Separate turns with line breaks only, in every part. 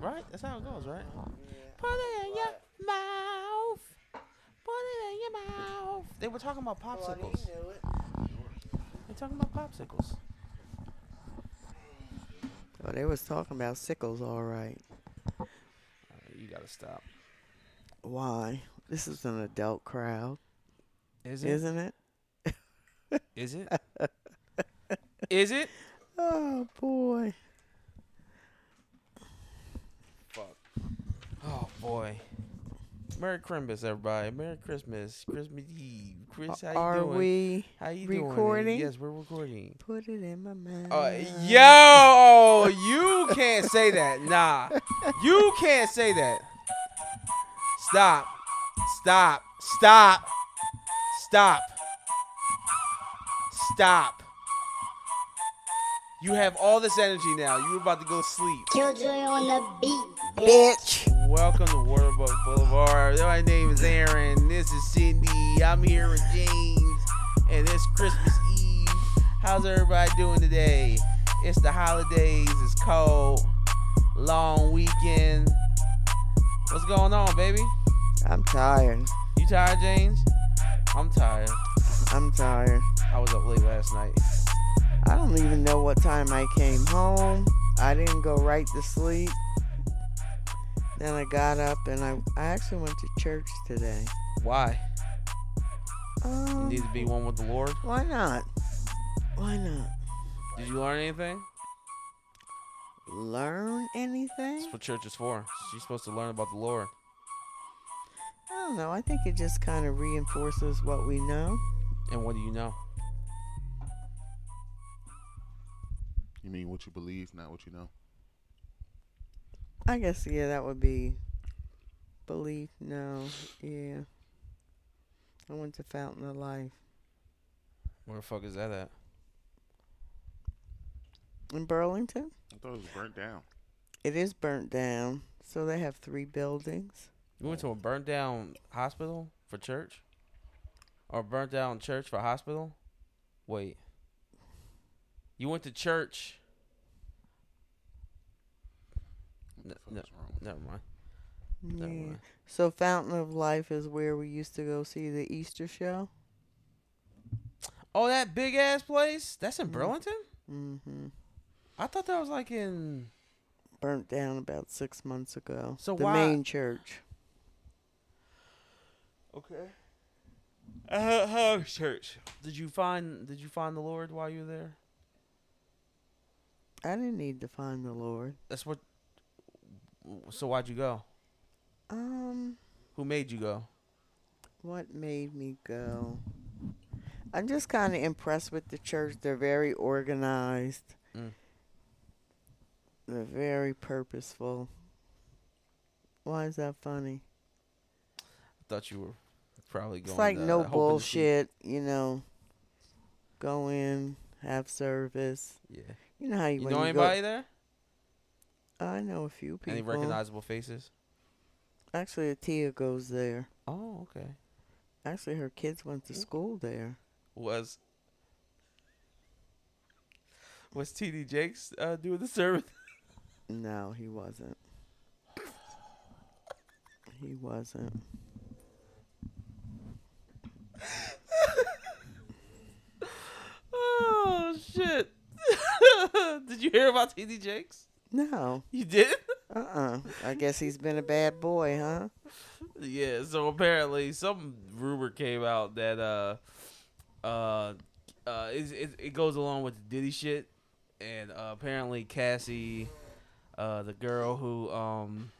Right? That's how it goes, right? Put it in your mouth. Put it in your mouth. They were talking about
Well, he
popsicles.
knew it.
They're talking about popsicles.
Oh, they was talking about sickles, all right.
You gotta stop.
Why? This is an adult crowd,
Is it?
isn't it?
Is it? Is it?
Oh boy.
Fuck. Oh boy. Merry Christmas, everybody. Merry Christmas. Christmas Eve. Chris, how you
Are
doing?
we
how you
recording?
doing? Yes, we're recording.
put it in my mouth?
Uh, yo, you can't say that. Nah, you can't say that. Stop. Stop. Stop. Stop. Stop. You have all this energy now. You're about to go sleep.
Killjoy on the beat,
bitch.
Welcome to Waterbuck Boulevard. My name is Aaron. This is Cindy. I'm here with James. And it's Christmas Eve. How's everybody doing today? It's the holidays. It's cold. Long weekend. What's going on, baby?
I'm tired.
You tired, James? I'm tired.
I'm tired.
I was up late last night.
I don't even know what time I came home. I didn't go right to sleep. Then I got up and I, I actually went to church today.
Why? You
Um,
need to be one with the Lord.
why not? Why not?
Did you learn anything?
Learn anything?
That's what church is for. She's supposed to learn about the Lord.
I don't know. I think it just kind of reinforces what we know.
And what do you know?
You mean what you believe, not what you know.
I guess yeah, that would be belief. No, yeah. I went to Fountain of Life
Where the fuck is that at?
in Burlington.
I thought it was burnt down.
It is burnt down, so they have three buildings.
You went to a burnt down hospital for church? Or burnt down church for hospital? Wait. You went to church.
What the
No,
fuck
no.
is wrong with
Never mind.
Yeah.
Never mind.
So Fountain of Life is where we used to go see the Easter show.
Oh, that big ass place? That's in
Mm.
Burlington?
hmm
I thought that was like in.
Burnt down about six months ago.
So
the
why-
main church.
Okay. Uh, uh, church. Did you find Did you find the Lord while you were there?
I didn't need to find the Lord.
That's what. So why'd you go?
Um,
Who made you go?
What made me go? I'm just kind of impressed with the church. They're very organized.
Mm.
They're very purposeful. Why is that funny?
Thought you were probably going.
it's like
uh,
no
hoping to see-
bullshit, you know. Go in, have service.
Yeah.
You know how you,
You
when
know
you
anybody there?
Go, I know a few people.
Any recognizable faces?
Actually, Tia goes there.
Oh, okay.
Actually, her kids went to school there.
Was was TD Jakes uh, doing the service?
No, he wasn't. He wasn't.
Oh shit! did you hear about TD Jakes?
No.
You did?
Uh uh I guess he's been a bad boy, huh?
yeah. So apparently, some rumor came out that uh, uh, uh, it it, it goes along with the Diddy shit, and uh, apparently Cassie, uh, the girl who um,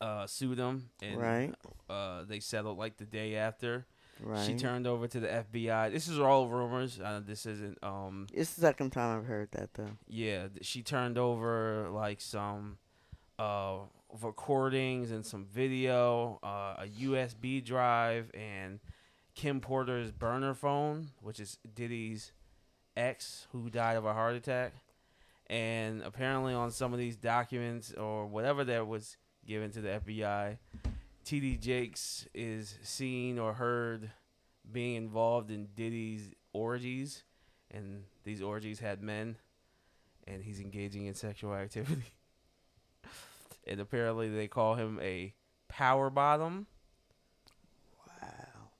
uh, sued him, and
Right.
uh, they settled like the day after.
Right.
She turned over to the FBI. This is all rumors. Uh, this isn't. Um,
it's the second time I've heard that though.
yeah, th- she turned over like some uh, recordings and some video, uh, a USB drive, and Kim Porter's burner phone, which is Diddy's ex who died of a heart attack. And apparently, on some of these documents or whatever that was given to the FBI, TD Jakes is seen or heard being involved in Diddy's orgies. And these orgies had men, and he's engaging in sexual activity. and apparently they call him a power bottom.
Wow.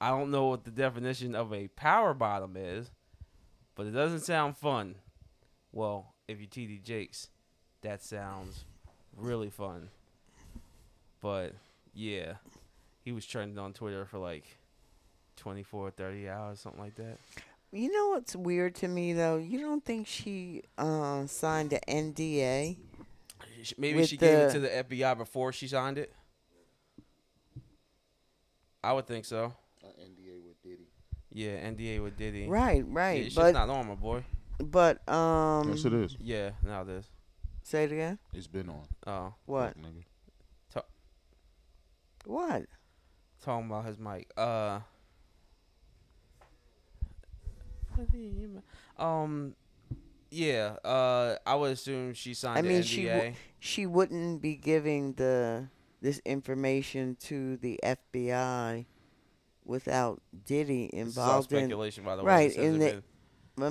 I don't know what the definition of a power bottom is, but it doesn't sound fun. Well, if you TD Jakes, that sounds really fun. But yeah, he was trending on Twitter for like 24, 30 hours, something like that.
You know what's weird to me though? You don't think she uh, signed an NDA?
Sh- Maybe
With
she gave it
the-
to the FBI before she signed it. I would think so.
Uh, NDA with Diddy.
Yeah, NDA with Diddy.
Right,
Yeah,
right.
shit's
but
not on, my boy.
but um,
yes, it is.
Yeah, now this.
say it again.
It's been on.
Oh,
What?
Nigga.
What?
talking about his mic. Uh, what do you mean? um, yeah. Uh, I would assume she signed.
I
the
mean,
NDA.
she w- She wouldn't be giving the this information to the FBI without Diddy
This is all
involved in
speculation, by the way.
right,
This hasn't
in the-
been-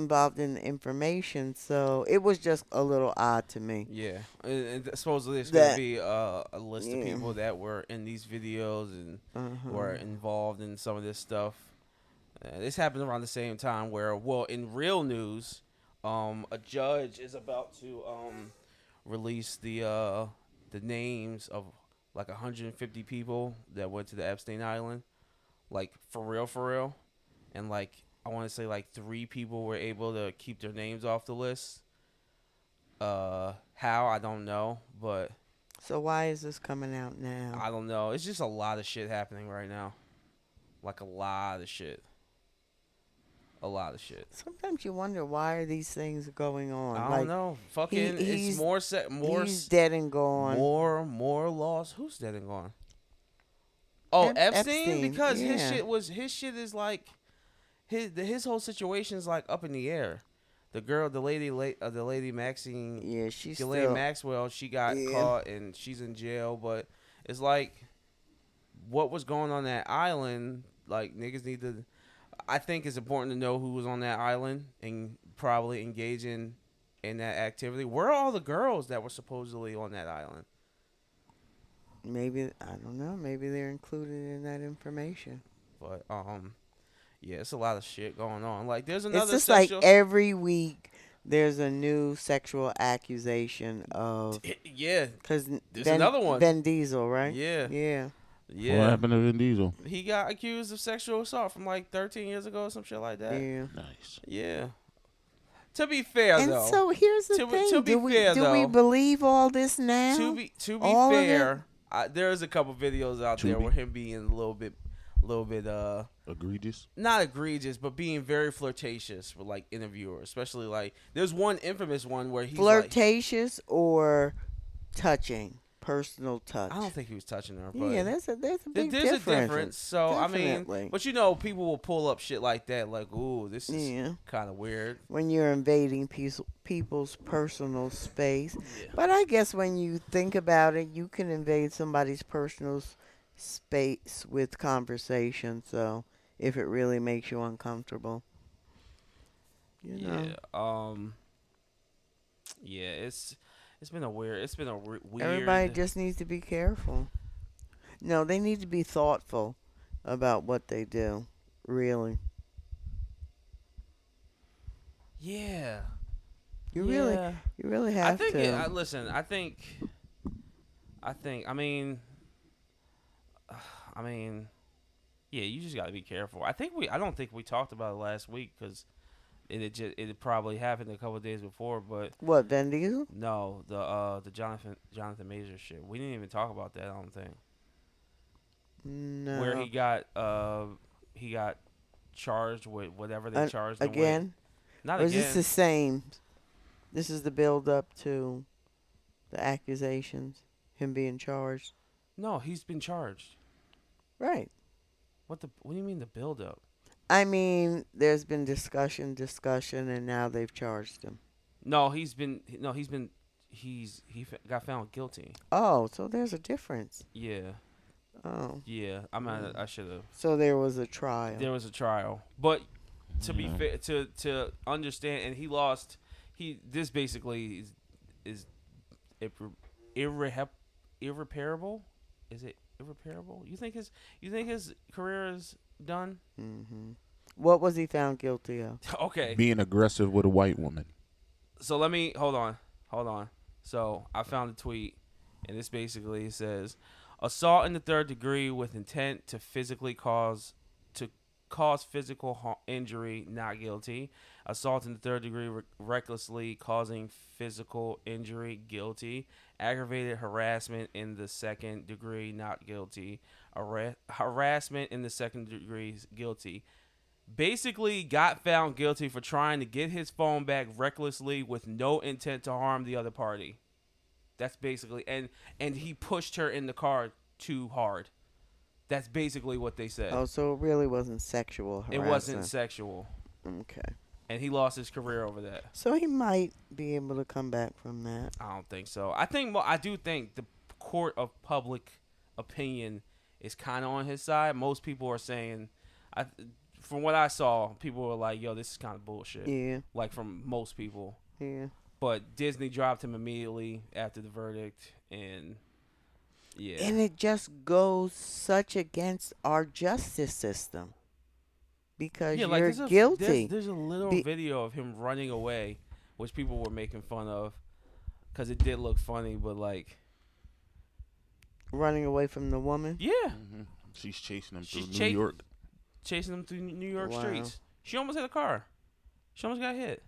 involved in the information. So it was just a little odd to me.
Yeah, and, and th- supposedly it's
That-
gonna be uh, a list of
Yeah.
people that were in these videos and
Uh-huh.
were involved in some of this stuff. Uh, this happened around the same time where, well, in real news, um, a judge is about to um, release the uh, the names of like 150 people that went to the Epstein Island, like for real, for real, and like I want to say like three people were able to keep their names off the list. Uh, how I don't know, but
So why is this coming out now?
I don't know. It's just a lot of shit happening right now. Like a lot of shit. A lot of shit.
Sometimes you wonder why are these things going on.
I don't
like,
know. Fucking,
he's-
it's more set, more,
he's
s-
dead and gone.
more, more laws. Who's dead and gone? Oh,
Ep-
Epstein,
Epstein,
because his
yeah.
shit was his shit is like his the- his whole situation is like up in the air. The girl, the lady, la- uh, the lady Maxine
yeah, she's
Ghislaine
still.
Maxwell, she got
Yeah.
caught and she's in jail, but it's like what was going on that island, like niggas need to I think it's important to know who was on that island and probably engaging in that activity. Where are all the girls that were supposedly on that island?
maybe I don't know. Maybe they're included in that information.
But um yeah, it's a lot of shit going on. Like there's another
it's just
sexual
like every week there's a new sexual accusation of
Yeah.
because
There's
ben,
another one.
Ben Diesel, right?
Yeah.
yeah.
Yeah.
What happened to Vin Diesel?
He got accused of sexual assault from like 13 years ago or some shit like that.
yeah.
Nice.
Yeah. To be fair,
And
though.
so here's the
To be-
thing:
to be
do we
fair,
do we
though,
believe all this now?
to be to be
all of it-
fair, I, there is a couple videos out
To
there
be-
where him being a little bit, little bit uh
Egregious.
not egregious, but being very flirtatious with like interviewers, especially like there's one infamous one where he's like-
flirtatious or touching, personal touch.
I don't think he was touching her, but
yeah, there's a there's a
Th-
big
there's
difference.
a difference. So I
Definitely.
mean, but you know, people will pull up shit like that, like, "Ooh, this is
Yeah.
kind of weird."
when you're invading peace, people's personal space.
Yeah.
But I guess when you think about it, you can invade somebody's personal s- space with conversation. So if it really makes you uncomfortable, you know.
Yeah. Um. Yeah, it's it's been a weird. It's been a re- weird.
Everybody just needs to be careful. No, they need to be thoughtful about what they do. Really.
Yeah.
You really
Yeah.
you really have
I think.
to.
It, I, listen, I think. I think. I mean. I mean. Yeah, you just got to be careful. I think we. I don't think we talked about it last week because it had just, it had probably happened a couple of days before. But
what, Vin Diesel?
no, the uh the Jonathan Jonathan Major shit. We didn't even talk about that. I don't think
No.
where he got uh he got charged with whatever they
An-
charged him with.
again?
Not
Or is
again.
this the same? This is the build up to the accusations, him being charged.
no, he's been charged.
Right.
What the? What do you mean the build up?
I mean, there's been discussion, discussion, and now they've charged him.
No, he's been no, he's been he's he f- got found guilty.
Oh, so there's a difference.
Yeah,
Oh,
yeah. I mean, I, I should have.
so there was a trial.
There was a trial, but to be
Yeah.
fair, to to understand, and he lost. He this basically is, is it, re- irrehep- irreparable. Is it irreparable? You think his you think his career is done?
hmm What was he found guilty of?
okay.
Being aggressive with a white woman.
so let me hold on, hold on. So I found a tweet, and this basically says, "Assault in the third degree with intent to physically cause to cause physical ha- injury, not guilty. Assault in the third degree, re- recklessly causing physical injury, guilty. Aggravated harassment in the second degree, not guilty. Arra- harassment in the second degree, guilty." basically got found guilty for trying to get his phone back recklessly with no intent to harm the other party. That's basically and and he pushed her in the car too hard. That's basically what they said.
Oh, so it really wasn't sexual
it
harassment.
wasn't sexual,
Okay.
and he lost his career over that.
So he might be able to come back from that.
I don't think so. I think well, I do think the court of public opinion is kind of on his side. Most people are saying, I from what I saw, people were like, "Yo, this is kind of bullshit."
Yeah.
Like from most people.
Yeah.
but Disney dropped him immediately after the verdict, and yeah,
And it just goes such against our justice system because
yeah,
you're
there's a-
guilty.
There's, there's a little
Be-
video of him running away, which people were making fun of, because it did look funny, but like,
running away from the woman.
yeah,
Mm-hmm. She's chasing him
She's
through
cha-
New York.
chasing him through New York
Wow.
streets. She almost hit a car. She almost got hit.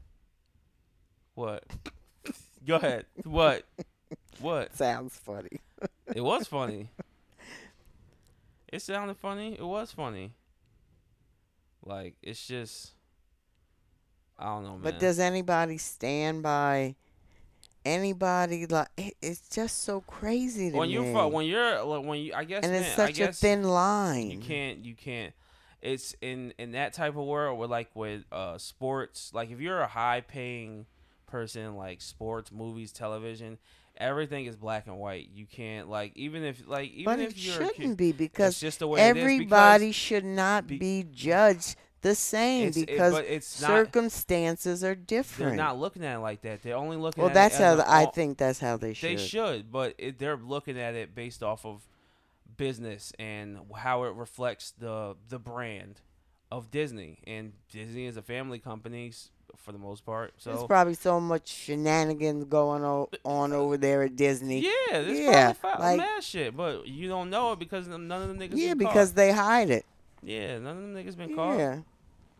What? Go ahead. What? What?
Sounds funny.
It was funny. it sounded funny. It was funny. Like it's just, I don't know, man.
But does anybody stand by anybody like it- it's just so crazy to
when
me.
you fu- when you're uh, like, when you I guess
and
man,
it's
I
such a
guess
thin line.
you can't you can't. It's in in that type of world where like with uh sports, like if you're a high paying person, like sports, movies, television, everything is black and white. You can't like even if like even
but
if
it
you're a
shouldn't
kid,
be because
it's just the way it is because-
everybody should not
be-
be judged the same
It's- it-
because
but it's not-
circumstances are
They're
different.
not looking at it like that. They're only looking.
well,
at
that's
it as
how
an
I
all-
think that's how they
they
should.
should, but it, they're looking at it based off of business and how it reflects the the brand of Disney. And Disney is a family company s- for the most part.
There's
So
probably so much shenanigans going o- on over there at Disney.
yeah, there's
Yeah,
probably
like-
like, mad shit, but you don't know it because none of them niggas.
Yeah,
been caught.
because they hide it.
yeah, none of them niggas been caught.
Yeah.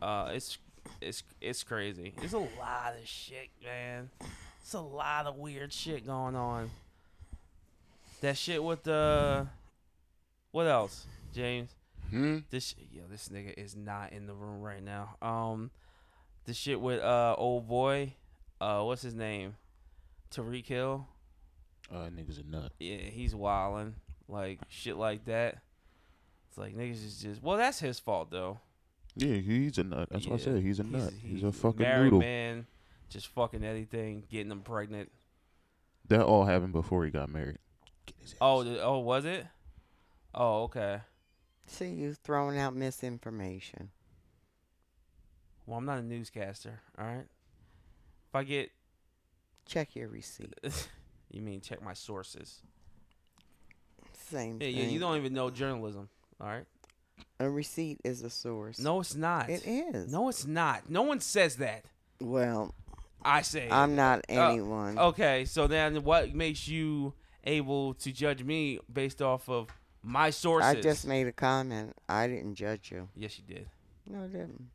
Uh, it's it's it's crazy. There's a lot of shit, man. It's a lot of weird shit going on. That shit with the what else, James?
Hmm?
This sh- yo, this nigga is not in the room right now. Um, the shit with uh old boy, uh, what's his name? Tariq Hill.
Uh, niggas a nut.
Yeah, he's wilding like shit like that. It's like niggas is just well, that's his fault though.
Yeah, he's a nut. That's what I
Yeah.
said. He's a nut. He's, a fucking
married
noodle.
man, just fucking anything, getting them pregnant.
That all happened before he got married.
Oh, th- oh, was it? Oh, okay.
See, you throwing out misinformation.
Well, I'm not a newscaster. All right. If I get,
Check your receipt.
you mean check my sources?
Same
Yeah,
thing.
yeah. You don't even know journalism. All right.
A receipt is a source.
No, it's not.
it is.
No, it's not. No one says that.
Well,
I say. it.
I'm not
Uh,
anyone.
Okay, so then what makes you able to judge me based off of my sources?
I just made a comment. I didn't judge you.
Yes, you did.
No, I didn't.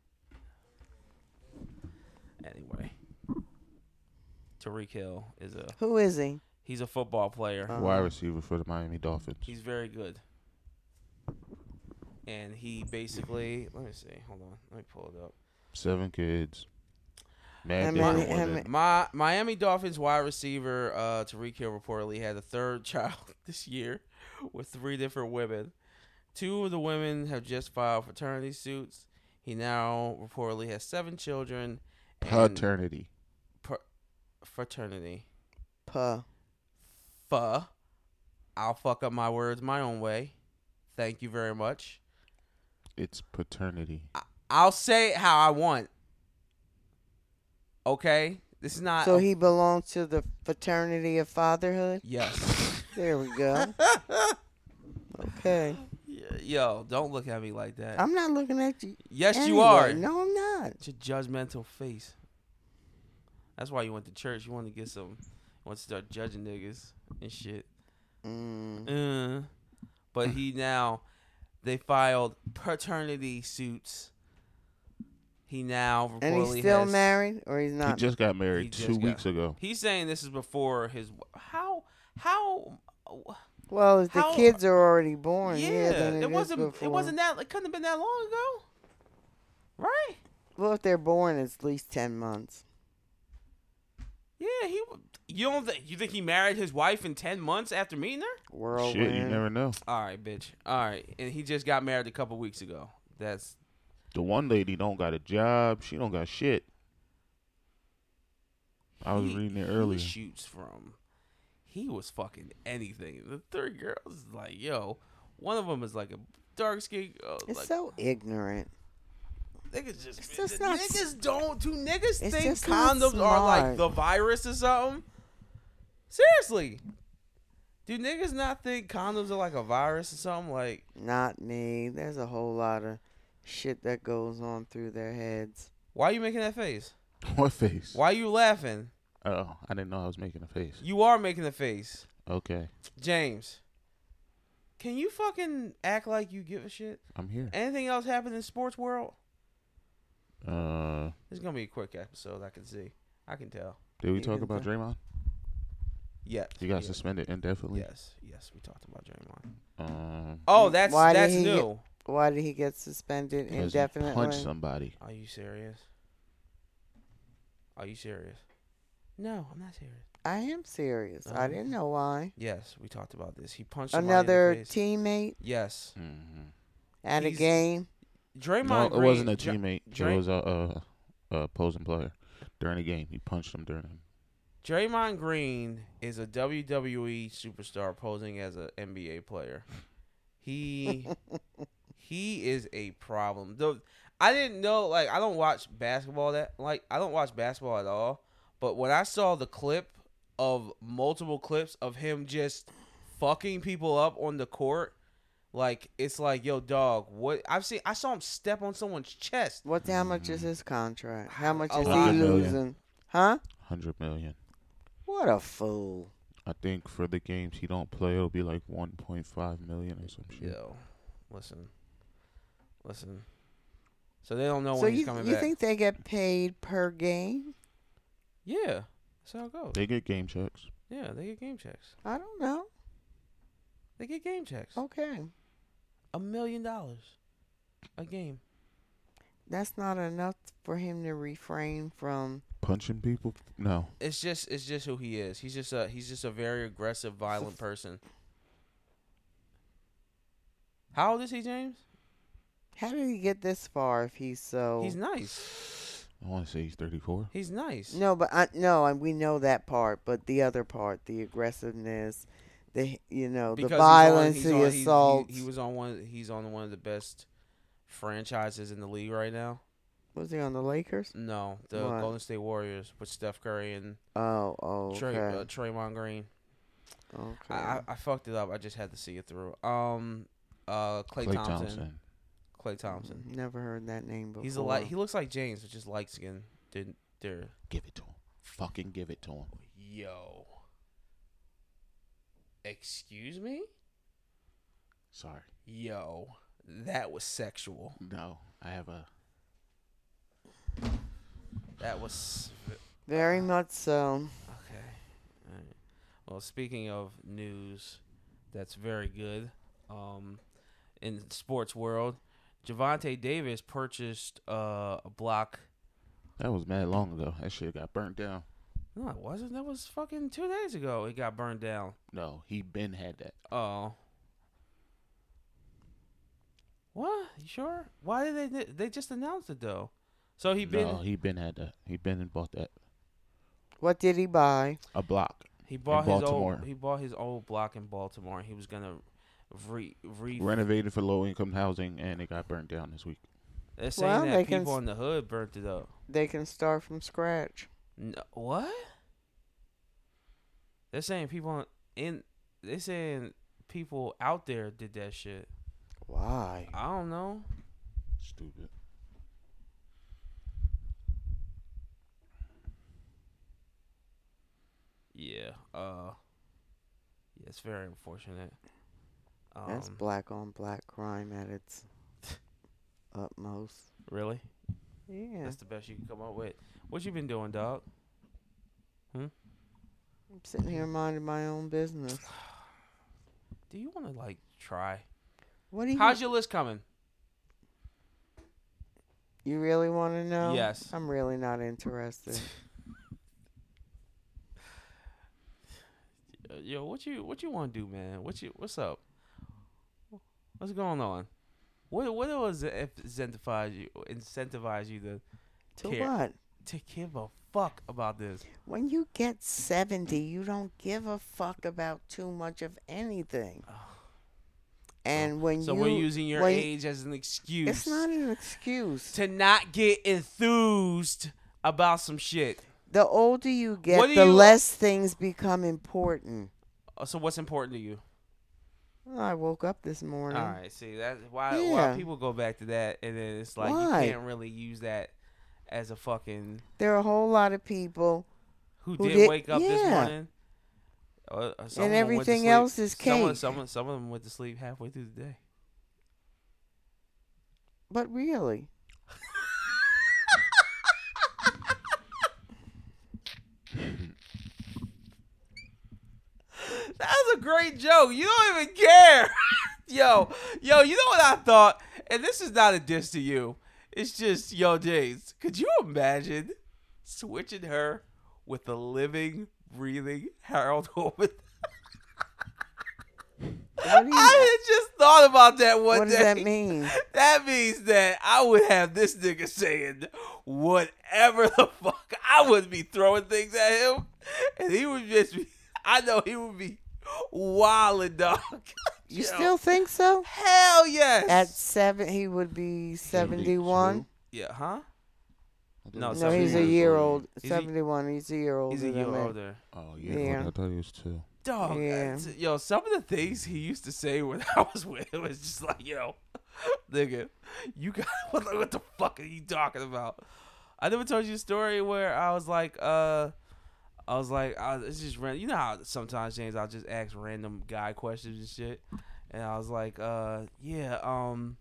Anyway, Tariq Hill is a
Who is he?
he's a football player.
Uh,
Wide receiver for the Miami Dolphins.
He's very good. And he basically, let me see. Hold on. Let me pull it up.
Seven kids.
How
Mad
many-
different
how
women.
many-
My Miami Dolphins wide receiver uh, Tariq Hill reportedly had a third child this year with three different women. Two of the women have just filed fraternity suits. He now reportedly has seven children. and
Paternity.
per- fraternity.
Puh.
Fuh. I'll fuck up my words my own way. Thank you very much.
It's paternity.
I'll say it how I want. Okay? This is not.
So
a-
he belongs to the fraternity of fatherhood?
Yes.
There we go. Okay.
Y- Yo, don't look at me like that.
I'm not looking at you.
yes, you
anyway.
are.
No, I'm not.
It's your judgmental face. That's why you went to church. You want to get some. You want to start judging niggas and shit.
Mm.
Uh, but he now, they filed paternity suits. He now
And he's
reportedly
still
has-
married, or he's
He
not.
just got married
just
two
got-
weeks ago.
He's saying this is before his. How how.
well, if the
How-
kids are already born, yeah,
yeah,
then it, is
it, wasn't.
before.
It wasn't that. It couldn't have been that long ago, right?
Well, if they're born, it's at least ten months.
Yeah, he. w- You don't think you think he married his wife in ten months after meeting her?
Whirlwind.
Shit, you never know.
All right, bitch. All right, and he just got married a couple weeks ago. That's
The one lady don't got a job. She don't got shit. I was
he-
reading it
he
earlier.
shoots from. He was fucking anything. The third girl is like, yo. One of them is like a dark skin. Uh,
It's
like,
so ignorant.
niggas just,
it's just
the
not
niggas don't. Do niggas
It's
think
just not
condoms are like
smart.
the virus or something? Seriously, do niggas not think condoms are like a virus or something? Like,
Not me. There's a whole lot of shit that goes on through their heads.
why you making that face?
what face?
Why you laughing?
Oh, I didn't know I was making a face.
You are making a face.
Okay,
James, can you fucking act like you give a shit?
I'm here.
Anything else happen in sports world?
Uh,
This is gonna be a quick episode. I can see. I can tell.
did we
You
talk
can
about
tell.
Draymond?
Yeah.
He got
yeah.
suspended indefinitely.
Yes. Yes. We talked about Draymond.
Um,
Oh, that's
Why did
that's
he get-
new.
Why did he get suspended
because he punched
indefinitely?
somebody.
Are you serious? Are you serious? No, I'm not serious.
I am serious. I
Um,
didn't know why.
Yes, we talked about this. He punched somebody In
Another
the face.
teammate
Yes,
Mhm.
at a
He's-
game.
Draymond.
No, it
Green,
wasn't a
Dra-
teammate.
Dra-
it was a, a, a opposing player during the game. He punched him during.
Draymond Green is a WWE superstar posing as an NBA player. He he is a problem. Though I didn't know like I don't watch basketball that like I don't watch basketball at all, but when I saw the clip of multiple clips of him just fucking people up on the court, like it's like, yo dog, what I've seen I saw him step on someone's chest.
What's how much is his contract? How much
A
is
lot.
he
Hundred
Mm. million.
losing? Huh?
Hundred million.
What a fool.
I think for the games he don't play, it'll be like one point five million or some shit.
Yo, listen. Listen. So they don't know
So
when he's
you,
coming
you
back.
think they get paid per game?
Yeah, that's how it goes.
They get game checks.
yeah, they get game checks.
I don't know.
They get game checks.
Okay.
A million dollars a game.
That's not enough for him to refrain from
Punching people? No.
It's just, it's just who he is. He's just a, he's just a very aggressive, violent person. How old is he, James?
how did he get this far if he's so
He's nice.
I want to say he's thirty four.
He's nice.
No, but I no, and we know that part, but the other part, the aggressiveness, the you know, the
Because he's on-
violence,
he's
the
on- he's- he-
assaults.
He, was on one. He's on one of the best franchises in the league right now.
was he on the Lakers?
No, the
What?
Golden State Warriors with Steph Curry and
Oh, oh, okay.
Trey, uh, Traymond Green.
okay.
I, I, I fucked it up. I just had to see it through. Um, uh, Clay,
Clay
Thompson.
Thompson.
Clay Thompson.
Never heard that name before.
He's a light. He looks like James, which is light skin. Didn't there?
Give it to him. Fucking give it to him.
Yo. Excuse me.
Sorry.
Yo, that was sexual.
No, I have a.
That was
Very much so.
okay. All right. Well, speaking of news, that's very good. Um, in sports world, Javante Davis purchased uh, a block.
That was mad long ago. That shit got burnt down.
No, it wasn't. That was fucking two days ago. It got burned down.
No, he been had that.
Oh. What? You sure? Why did they they just announced it though? So he been
no, he been had that. He been and bought that.
What did he buy?
A block.
he bought his
Baltimore.
old he bought his old block in Baltimore. and He was gonna re re.
Renovated for low income housing, and it got burnt down this week.
They're saying
Well,
that
they can
people
s-
in the hood burnt it up.
They can start from scratch.
No, what? They're saying people in they saying people out there did that shit.
Why?
I don't know.
Stupid.
Yeah. Uh. Yeah, it's very unfortunate. Um,
That's black on black crime at its utmost.
really.
Yeah.
That's the best you can come up with. What you been doing, dog?
I'm sitting here minding my own business.
Do you want to like try?
What do you
How's your list coming?
You really want to know?
Yes.
I'm really not interested.
Uh, Yo, what you what you want to do, man? What you what's up? What's going on? What what was it incentivize you incentivize you to
to
Care.
what?
to give a fuck about this?
When you get 70, you don't give a fuck about too much of anything. And when
So
you
we're using your
when-
age as an excuse
It's not an excuse.
to not get enthused about some shit.
The older you
What
get,
do
the
you-
less things become important.
Uh, So what's important to you?
I woke up this morning.
All right, see that's why why
Yeah.
people go back to that, and then it's like
Why?
you can't really use that as a fucking
There are a whole lot of people
who,
Who
did,
did-
wake up this
yeah.
morning. Uh, uh, some of them went to
everything
sleep-
else is
Someone,
cake.
someone, some of them went to sleep halfway through the day.
But really,
That was a great joke. You don't even care. yo, yo, you know what I thought? And this is not a diss to you. It's just, yo, James, could you imagine switching her with the living, breathing Harold Homan?
what do you,
I had just thought about that one
what
day.
does that mean?
That means that I would have this nigga saying whatever the fuck. I would be throwing things at him, and he would just be. I know he would be wilding, dog.
You
Yo,
still think so?
Hell yes.
At seven, he would be 71.
yeah, huh?
I thought
No,
he was
No, he's a
two
years
year
years
old.
Is he-
71, he's a year older.
He's a
than
year
me.
older.
Oh yeah,
Yeah.
I thought he was two.
Dog,
Yeah.
that's- yo, some of the things he used to say when I was with him was just like, yo, nigga, you got what, what the fuck are you talking about? I never told you a story where I was like, uh, I was like, I, it's just random. You know how sometimes James, I'll just ask random guy questions and shit, and I was like, uh, yeah, um.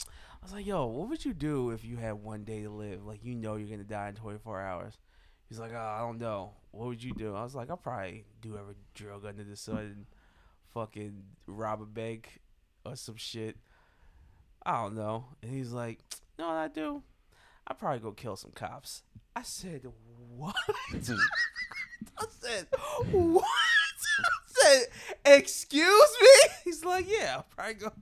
I was like, yo, what would you do if you had one day to live? Like, you know you're going to die in 24 hours. He's like, oh, I don't know. What would you do? I was like, I'll probably do every drug under the sun and fucking rob a bank or some shit. I don't know. And he's like, no, I do. I'd probably go kill some cops. I said, what? I said, what? I said, excuse me? He's like, yeah, I'll probably go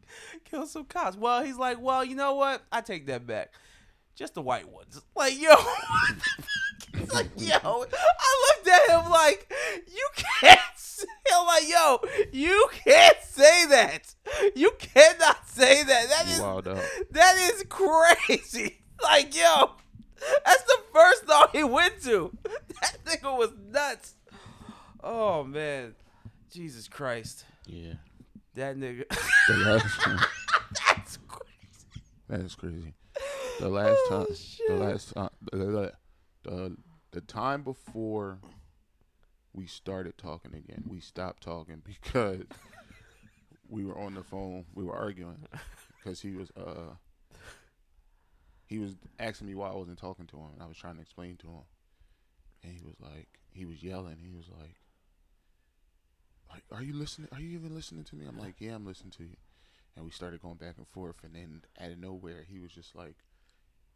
kill some cops. Well, he's like, well, you know what? I take that back. Just the white ones. Like, yo. He's like, yo, I looked at him like, you can't say, I'm like, yo, you can't say that. You cannot say that. That is
Wild out.
that is crazy. Like, yo, that's the first thought he went to. That nigga was nuts. Oh man, Jesus Christ,
Yeah.
that nigga.
The last time.
that's crazy.
That is crazy. The last
Oh,
time.
shit.
The last time. The, the, the, the time before we started talking again, we stopped talking because we were on the phone. We were arguing because he was uh he was asking me why I wasn't talking to him, and I was trying to explain to him, and he was like, he was yelling. He was like. Like, are you listening? Are you even listening to me? I'm like, yeah, I'm listening to you and we started going back and forth and then out of nowhere he was just like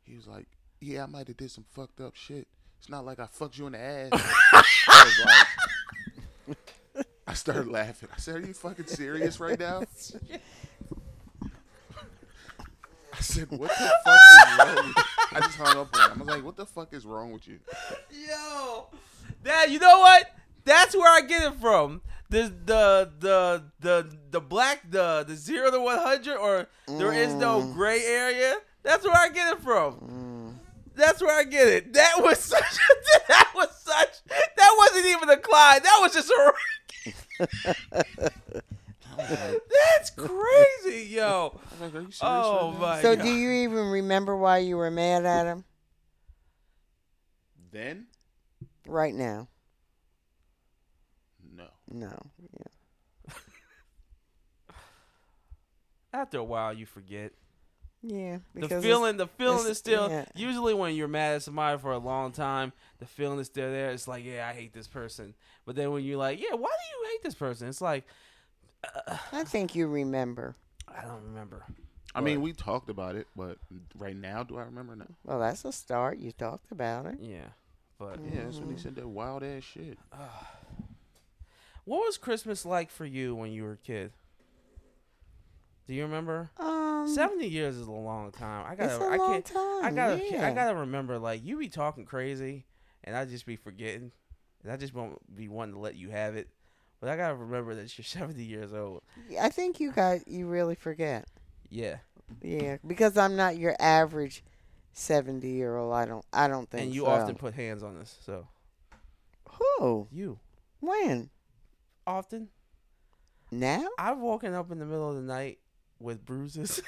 he was like yeah i might have did some fucked up shit it's not like i fucked you in the ass i was like i started laughing i said are you fucking serious right now i said what the fuck is wrong with you? i just hung up on him i was like what the fuck is wrong with you
Yo, that you know what? That's where I get it from. The the the the the black the the zero to one hundred or there is no
Mm.
gray area. That's where I get it from.
Mm.
That's where I get it. That was such. that was such. That wasn't even a Clyde. That was just a. That's crazy, yo.
I was like, are you serious?
Oh
right now?
my
So
god.
do you even remember why you were mad at him?
Then?
Right now.
No.
No. Yeah.
After a while, you forget.
Yeah.
the
it's-
feeling, the feeling
it's-
is still.
yeah.
Usually, when you're mad at somebody for a long time, the feeling is still there. It's like, yeah, I hate this person. But then when you're like, yeah, why do you hate this person? It's like,
I think you remember.
I don't remember.
I mean, we talked about it, but right now, do I remember now?
Well, that's a start. You talked about it. Mm.
Yeah, but
Yeah, that's when he said that wild ass shit.
what was Christmas like for you when you were a kid? Do you remember?
Um,
Seventy years is a long time. I gotta,
it's a
I
long
can't, I
time,
gotta, I
yeah.
gotta remember. Like you be talking crazy, and I just be forgetting, and I just won't be wanting to let you have it. But I gotta remember that you're seventy years old.
I think you guys you really forget.
Yeah,
Yeah, because I'm not your average seventy year old. I don't. I don't think.
and you
so.
often put hands on us. So
who
you
when
often.
now?
I've woken up in the middle of the night with bruises.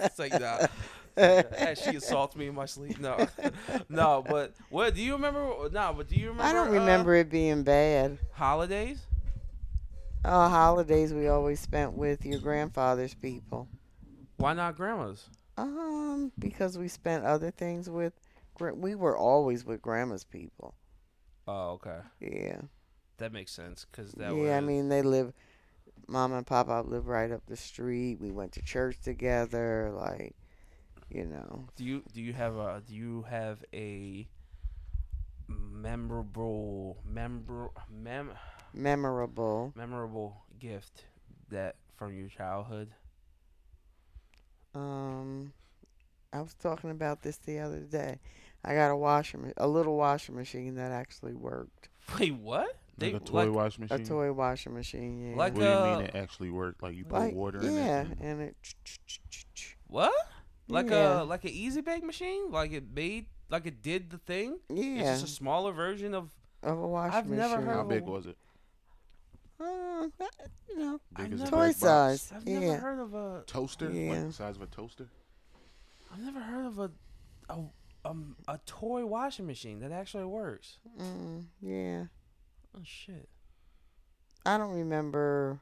it's like nah. Hey, she assaults me in my sleep. No, no. But what do you remember? No, but do you remember?
I don't
uh,
remember it being bad.
holidays.
Uh, holidays we always spent with your grandfather's people.
Why not grandmas?
Um, because we spent other things with. gra- We were always with grandma's people.
Oh, okay.
Yeah.
That makes sense because that.
yeah, I
was-
mean they live. Mom and Papa live right up the street. We went to church together. Like, you know,
do you do you have a do you have a memorable member mem
memorable.
memorable gift that from your childhood?
Um, I was talking about this the other day. I got a washing, ma- a little washing machine that actually worked.
Wait, what?
Like a
like-
toy wash machine.
A toy washing machine. Yeah.
Like
What do you
uh,
mean it actually worked? Like you put
Like,
water in
yeah,
it? and-
and it.
What? Like
Yeah.
a like an easy bake machine? Like it made like it did the thing?
Yeah,
It's just a smaller version of
of a washing
I've
machine.
never
How
heard-
big was it?
Uh, you know,
I
Big as a bread
never-
toy
box?
size.
I've
yeah.
never heard of a
Toaster? Like
Yeah.
the size of a toaster?
I've never heard of a a um, a toy washing machine that actually works.
Mm, yeah.
Oh shit.
I don't remember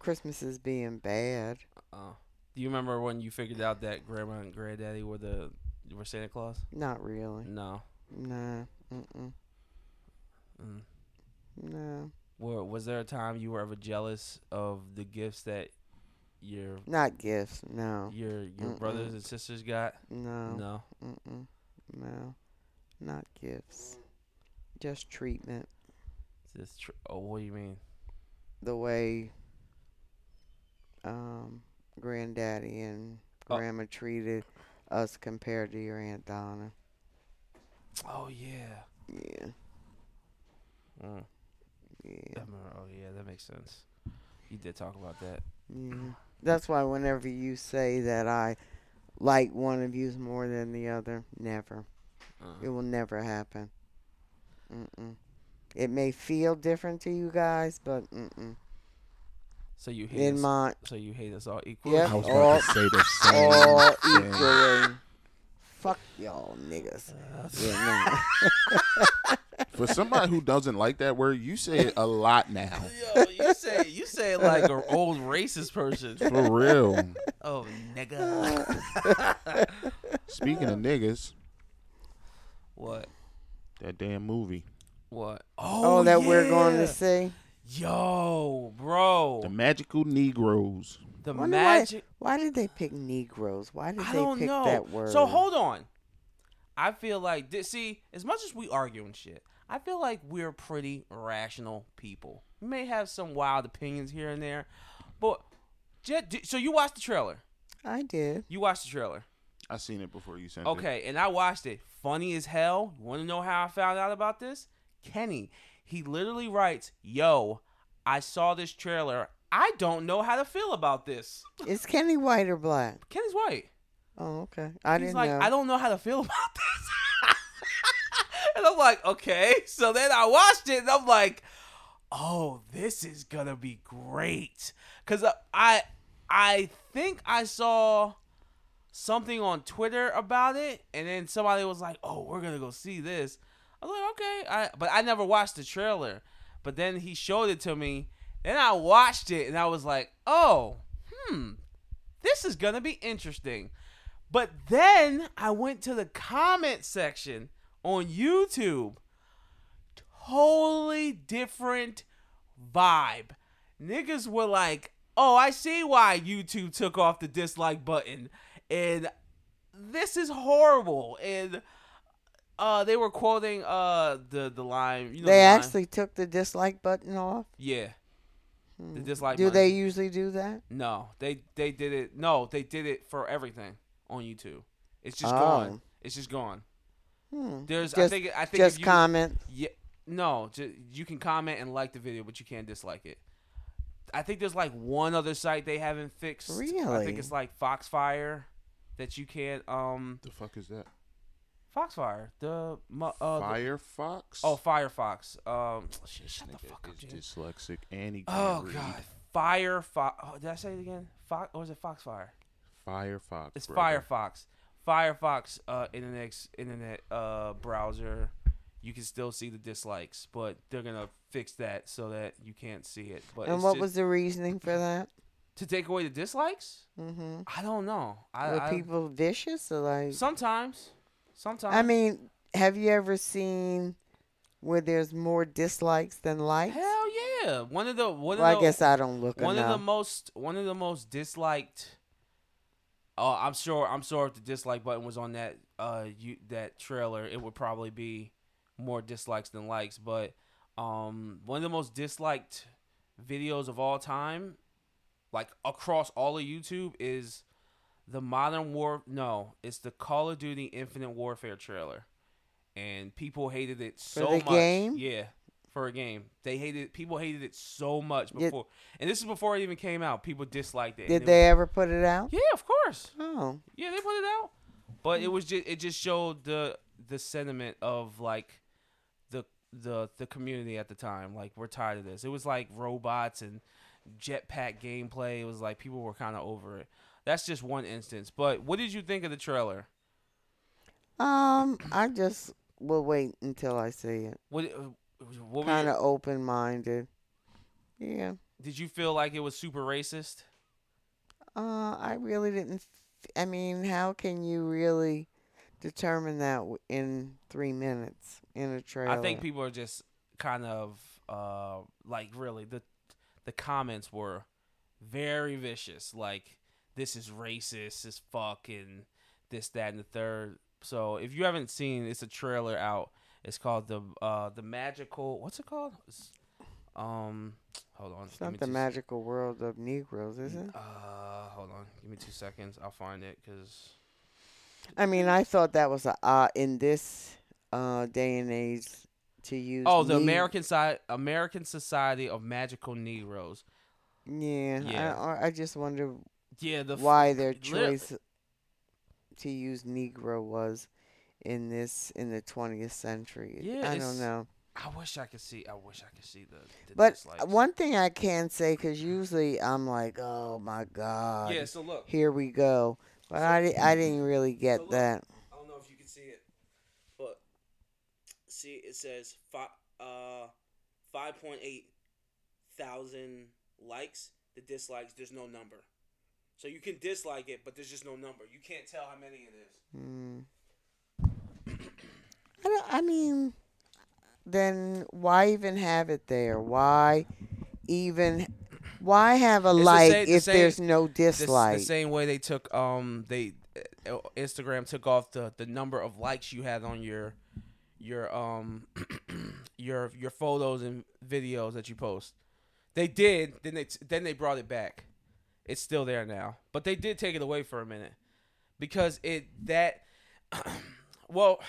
Christmases being bad.
Oh. Do you remember when you figured out that grandma and granddaddy were the were Santa Claus?
Not really.
No.
No. Mm-mm.
Mm.
No.
Were, was there a time you were ever jealous of the gifts that your
Not gifts. No.
your your
Mm-mm.
brothers and sisters got?
No.
No.
Mm-mm. No. Not gifts. Just treatment.
This tr- oh, what do you mean?
The way um, granddaddy and
Oh.
grandma treated us compared to your Aunt Donna.
Oh yeah.
Yeah.
Mm. I
Yeah.
remember- Oh yeah, that makes sense. You did talk about that.
Yeah. That's why whenever you say that I like one of yous more than the other, never. It
Uh,
will never happen. Mm-mm. It may feel different to you guys, but mm-mm.
so you hate
in
us,
my
so you hate us all equally.
yep,
I was
all,
about to say the same
all
thing.
equally. Fuck y'all niggas. Yeah,
For somebody who doesn't like that word, you say it a lot now.
Yo, you say you say it like an old racist person.
For real.
Oh nigga.
Speaking of niggas,
What?
that damn movie,
What?
no. oh, that we're going
yeah.
to see.
Yo, bro,
The Magical Negroes.
Oh. the
Wonder why-
magic.
Why, did they pick Negroes? Why did
I
they
don't
pick
know.
that word?
So hold on. I feel like this. See, as much as we argue and shit, I feel like we're pretty rational people. We may have some wild opinions here and there, but just, so you watched the trailer.
I did.
You watched the trailer.
I seen it before you sent it.
Okay, and I watched it. Funny as hell. You want to know how I found out about this? Kenny, he literally writes, "Yo, I saw this trailer. I don't know how to feel about this."
Is Kenny white or black?
Kenny's white.
Oh, okay. I
He's
didn't
like,
know.
"I don't know how to feel about this." and I'm like, "Okay." So then I watched it, and I'm like, "Oh, this is gonna be great," because I, I think I saw something on Twitter about it, and then somebody was like, "Oh, we're gonna go see this." I was like, "Okay," I, but I never watched the trailer. But then he showed it to me, and I watched it, and I was like, "Oh, hmm, this is gonna be interesting." But then I went to the comment section on YouTube. Totally different vibe. Niggas were like, oh, I see why YouTube took off the dislike button. And this is horrible. And uh, they were quoting uh, the, the line. You know,
they
the line?
actually took the dislike button off.
Yeah. The
Hmm.
dislike
do
button.
they usually do that?
No, they they did it. No, they did it for everything on YouTube. It's just
Oh.
gone. It's just gone.
Hmm.
There's, I
Just-
think, I think
Just
if you,
comment.
Yeah, no, ju- you can comment and like the video, but you can't dislike it. I think there's like one other site they haven't fixed. I
Really?
think it's like Foxfire that you can't. Um,
The fuck is that?
Foxfire, the mu- uh, the-
Firefox.
oh Firefox. Um, shit, shut the
Nigga
fuck up,
is
James.
dyslexic and he can't
Oh
read.
god, Firefox. Oh, did I say it again? Fox or is it Foxfire?
Firefox.
It's
brother.
Firefox. Firefox uh, internet internet uh, browser. You can still see the dislikes, but they're gonna fix that so that you can't see it. But
And
it's
what
just-
was the reasoning for that?
to take away the dislikes?
Mm-hmm.
I don't know. I,
Were
I-
people vicious or like?
sometimes, sometimes.
I mean, have you ever seen where there's more dislikes than likes?
hell yeah. One of the one
Well, I
of the
guess I don't look
one of
enough.
the most one of the most disliked. Oh, I'm sure. I'm sure if the dislike button was on that uh you that trailer, it would probably be more dislikes than likes. But um, one of the most disliked videos of all time, like across all of YouTube, is the Modern War. No, it's the Call of Duty Infinite Warfare trailer, and people hated it so
the
much.
game?
Yeah, for a game, they hated. People hated it so much
Did-
before, and this is before it even came out. People disliked it. and
Did
it
they ever put it out?
was- yeah, of course.
Oh,
Yeah, they put it out, but it was just it just showed the the sentiment of like the the the community at the time. Like we're tired of this. It was like robots and jetpack gameplay. It was like people were kind of over it. That's just one instance. But what did you think of the trailer?
um, I just will wait until I see it.
What uh, what were
Kind
your-
of open-minded. Yeah.
did you feel like it was super racist?
Uh, I really didn't. F- I mean, how can you really determine that w- in three minutes in a trailer?
I think people are just kind of uh, like really the the comments were very vicious. Like this is racist as fuck and this that and the third. So if you haven't seen, it's a trailer out. It's called the uh, the magical. What's it called? It's, um, hold on.
it's
give me
not the
two sec-
magical world of Negroes, is it?
Uh, hold on. Give me two seconds. I'll find it because
I mean, I thought that was a uh, in this uh, day and age to use.
oh, the
Neg-
American side, American Society of Magical Negroes.
Yeah,
Yeah.
I, I- I just wonder
Yeah, the f-
why their
lit-
choice to use Negro was in this in the 20th century.
Yeah,
I
it's-
don't know.
I wish I could see. I wish I could see the. the
But
dislikes.
one thing I can say, because usually I'm like, oh my God,
Yeah. So look,
here we go. But I, di- I didn't really get
look-
that.
I don't know if you can see it, but see, it says five, uh, five point eight thousand likes. The dislikes, there's no number, so you can dislike it, but there's just no number. You can't tell how many it is.
Mm. I, don't, I mean, then why even have it there? Why even, why have a
the
like
same- the
if
same-
there's no
the, s-
dislike?
the same way they took um they uh, Instagram took off the the number of likes you had on your your um your your photos and videos that you post. They did. Then they t- then they brought it back. It's still there now, but they did take it away for a minute because it that well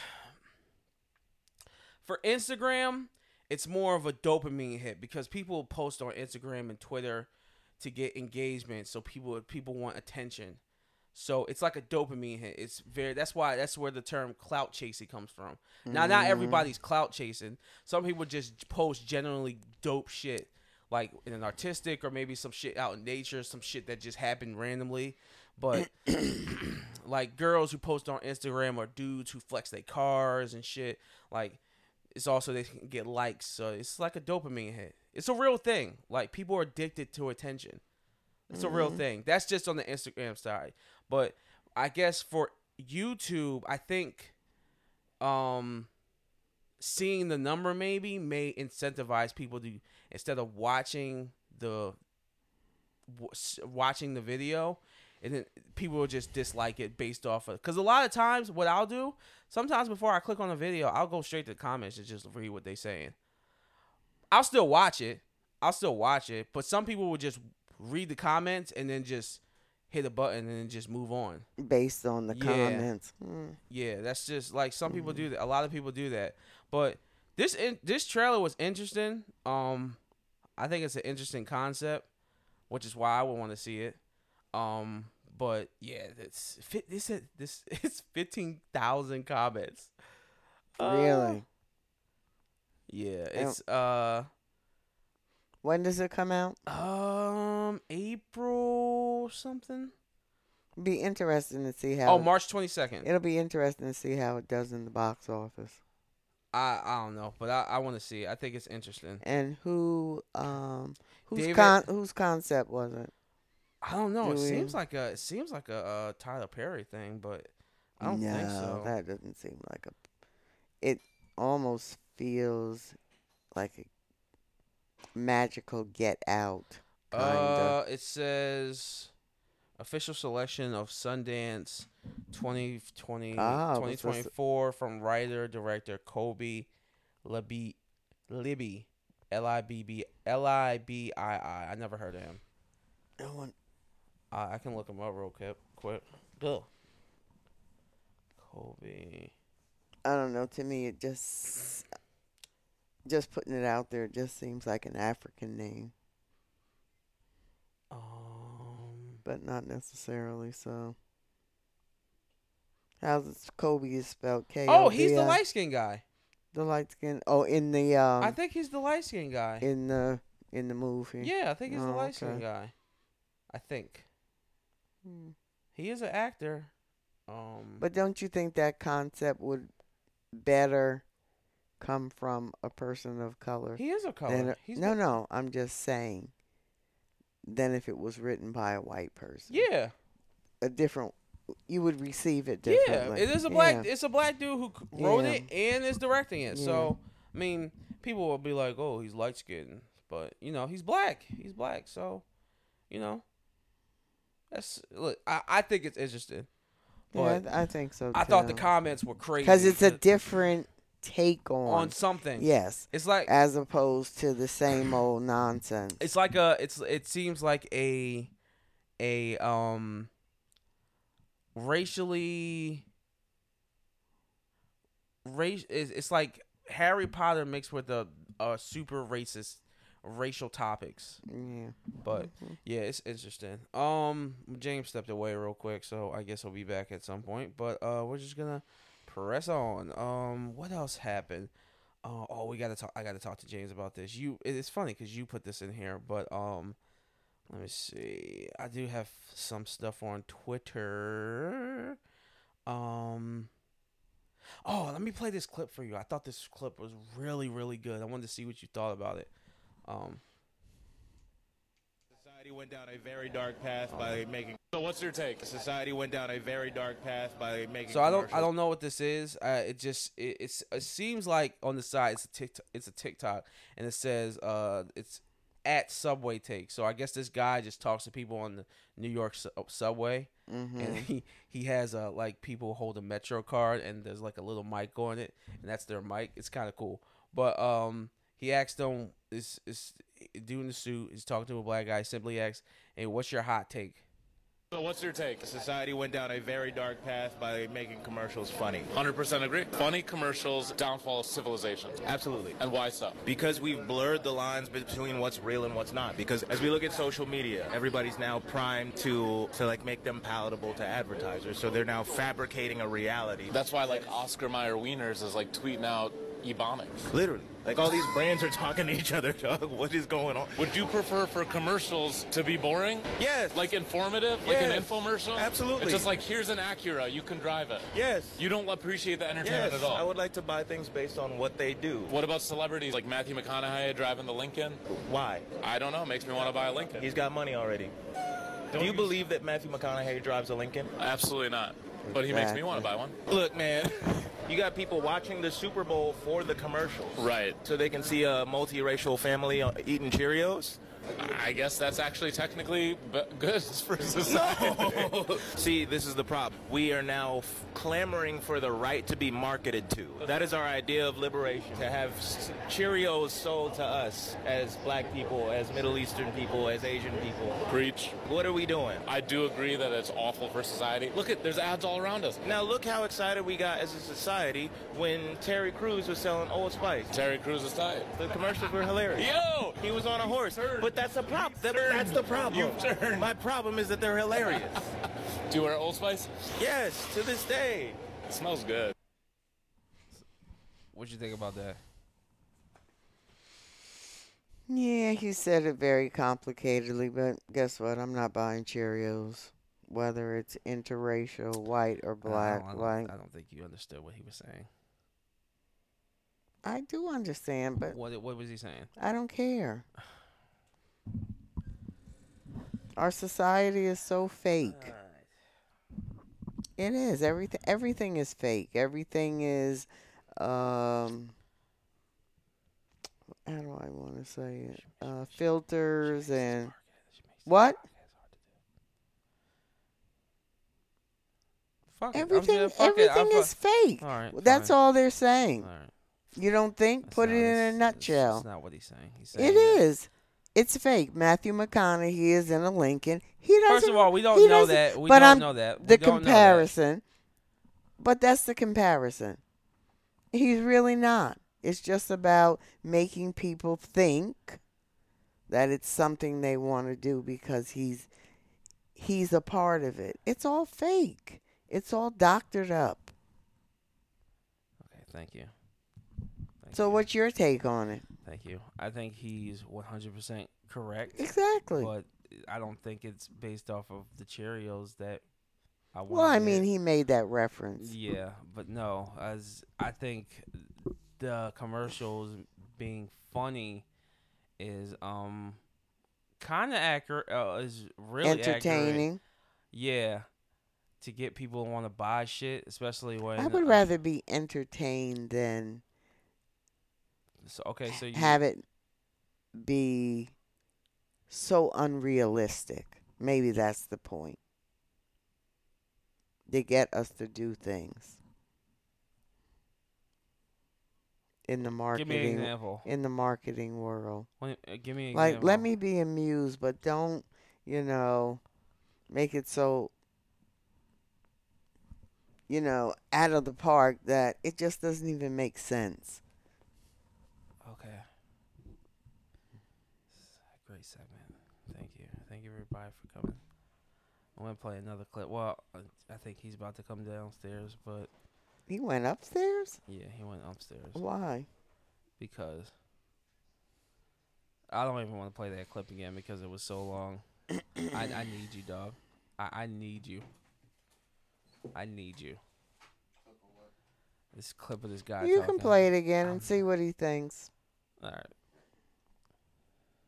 for Instagram it's more of a dopamine hit because people post on Instagram and Twitter to get engagement so people people want attention So it's like a dopamine hit. It's very that's why that's where the term clout chasing comes from. Now not everybody's clout chasing. Some people just post generally dope shit like in an artistic or maybe some shit out in nature, some shit that just happened randomly. But like girls who post on Instagram or dudes who flex their cars and shit, like it's also they can get likes. So it's like a dopamine hit. It's a real thing. Like people are addicted to attention. It's a real thing. That's just on the Instagram side. But I guess for YouTube, I think um seeing the number maybe may incentivize people to instead of watching the w- s- watching the video and then people will just dislike it based off of because a lot of times what i'll do sometimes before i click on a video i'll go straight to the comments and just read what they're saying i'll still watch it i'll still watch it but some people will just read the comments and then just hit a button and then just move on
based on the
Yeah.
comments. Mm.
yeah, that's just like some people
Mm-hmm.
do that. A lot of people do that. But this in, this trailer was interesting. Um, I think it's an interesting concept, which is why I would want to see it. Um, but yeah, it's fit. This is- this it's fifteen thousand comments. Uh,
Really?
yeah, it's uh
When does it come out?
um April something.
Be interesting to see how.
Oh,
it-
March twenty second.
It'll be interesting to see how it does in the box office
I I don't know, but I I want to see. it. I think it's interesting.
and who um whose
David-
con- whose concept was it?
I don't know. It
Do we?
seems like a it seems like a uh, Tyler Perry thing, but I don't
no,
think so.
that doesn't seem like a. It almost feels like a magical Get Out.
uh, it says official selection of Sundance 2020,
Ah, it was supposed to-
2024 from writer director Kobe Libby Libby L I B B L I B I I. I never heard of him.
No one.
I I can look him up real quick. Quick. Go. Kobe.
I don't know. To me, it just just putting it out there it just seems like an African name,
Um.
but not necessarily. So, how's it, Kobe is spelled? K.
Oh, he's the light skinned guy.
the light skin. Oh, in the um,
I think he's the light skinned guy.
in the in the movie.
yeah, I think he's the
Oh,
light skinned
okay.
guy. I think
Hmm.
he is an actor. Um,
But don't you think that concept would better come from a person of color?
he is a
than
color.
a-
he's
no,
got-
no. I'm just saying. Than if it was written by a white person.
Yeah,
a different. You would receive it
yeah.
differently.
It is a black. It's a black dude who c- wrote
Yeah.
it and is directing it.
Yeah.
So I mean, people will be like, "Oh, he's light skinned," but you know, he's black. He's black. So you know, that's look. I, I think it's interesting.
Yeah, I
But
th- I think so.
I thought the comments were crazy
because it's a
to-
different take on.
on something.
yes,
it's like
as opposed to the same old nonsense.
it's like a it's it seems like a a um racially race it's, it's like harry potter mixed with a, a super racist racial topics
yeah.
but yeah it's interesting um james stepped away real quick so i guess he'll be back at some point but uh we're just gonna press on um what else happened uh, oh we gotta talk i gotta talk to james about this you it's funny because you put this in here but um let me see i do have some stuff on twitter um oh let me play this clip for you i thought this clip was really really good i wanted to see what you thought about it um
Society went down a very dark path by making. So, what's your take? Society went down a very dark path by making.
So I don't I
commercials.
don't know what this is. Uh, it just it, it's it seems like on the side it's a TikTok, it's a TikTok and it says uh it's at Subway Take. So I guess this guy just talks to people on the New York su- subway
Mm-hmm.
and he he has uh like people hold a Metro card and there's like a little mic on it and that's their mic. It's kind of cool. But um he asked them this is dude in the suit is talking to a black guy simply asks, "Hey, what's your hot take?"
So what's your take? Society went down a very dark path by making commercials funny. 100% agree.
Funny commercials, downfall of civilization.
Absolutely.
And why so?
Because we've blurred the lines between what's real and what's not. Because as we look at social media, everybody's now primed to to like make them palatable to advertisers. So they're now fabricating a reality.
That's why like Oscar Mayer Wieners is like tweeting out ebonics.
Literally, like all these brands are talking to each other. Dog, what is going on?
Would you prefer for commercials to be boring?
Yes.
Like informative? Like an
Yes.
infomercial?
Absolutely.
It's just like here's an Acura, you can drive it.
Yes.
You don't appreciate the entertainment
yes.
at all.
I would like to buy things based on what they do.
What about celebrities like Matthew McConaughey driving the Lincoln?
Why?
I don't know. Makes me want to buy a Lincoln.
He's got money already. Do you believe that Matthew McConaughey drives a Lincoln?
Absolutely not. But he makes me want to buy one.
Look, man, you got people watching the Super Bowl for the commercials.
Right.
So they can see a multiracial family uh, eating Cheerios.
I guess that's actually technically b- good for society.
see, this is the problem. We are now f- clamoring for the right to be marketed to. That is our idea of liberation. To have s- Cheerios sold to us as black people, as Middle Eastern people, as Asian people.
Preach.
What are we doing?
I do agree that it's awful for society. Look at there's ads all around us.
Now look how excited we got as a society when Terry Crews was selling Old Spice.
Terry Crews is tight.
The commercials were hilarious.
Yo!
He was on a horse. But that's a prop. That, that's the problem.
You've turned.
My problem is that they're hilarious.
Do you wear Old Spice?
yes, to this day.
It smells good.
What you think about that?
Yeah, he said it very complicatedly, but guess what? I'm not buying Cheerios, whether it's interracial, white or black.
I don't, I,
like
don't, I don't think you understood what he was saying.
I do understand, but
What what was he saying?
I don't care. Our society is so fake. It is everything. Everything is fake. Everything is. Um, how do I want to say it? Uh, filters and what?
Fuck it. I'm
Everything.
just- fuck it. I
Everything
fuck-
is fake.
All right,
Well, That's
fine.
all they're saying.
All right.
You don't think?
That's
Put
not-
it in a
that's- that's-
nutshell.
That's not what he's saying. He's saying
It
that-
is. It's fake. Matthew McConaughey is in a Lincoln. He doesn't.
First of all, we don't
he
know
doesn't-
that. We
but
don't
I'm-
know that. We
the
don't know that.
comparison. But that's the comparison. He's really not. It's just about making people think that it's something they want to do because he's he's a part of it. It's all fake. It's all doctored up.
Okay, thank you. Thank
So
you.
what's your take on it?
Thank you. I think he's 100% correct,
Exactly.
but I don't think it's based off of the Cheerios that I want.
well, I mean, he made that reference.
Yeah, but no, as I think the commercials being funny is um kind of accurate. Uh, is really accurate.
Entertaining.
Yeah, to get people to want to buy shit, especially when
I would
uh,
rather be entertained than
So, okay, so you
have it be so unrealistic. Maybe that's the point. They get us to do things in the
give me an
marketing
example.
in the marketing world.
Wait, uh, give me an
Like
example.
let me be amused, but don't, you know, make it so you know, out of the park that it just doesn't even make sense.
Okay. This is a Great segment. Thank you. Thank you everybody for coming. I'm gonna play another clip. Well, I- I think he's about to come downstairs, but
He went upstairs?
yeah, he went upstairs
Why?
because I don't even want to play that clip again because it was so long. I, I need you, dog. I, I need you. I need you. This clip of this guy.
you can
talking.
play it again and
I'm-
see what he thinks.
All right.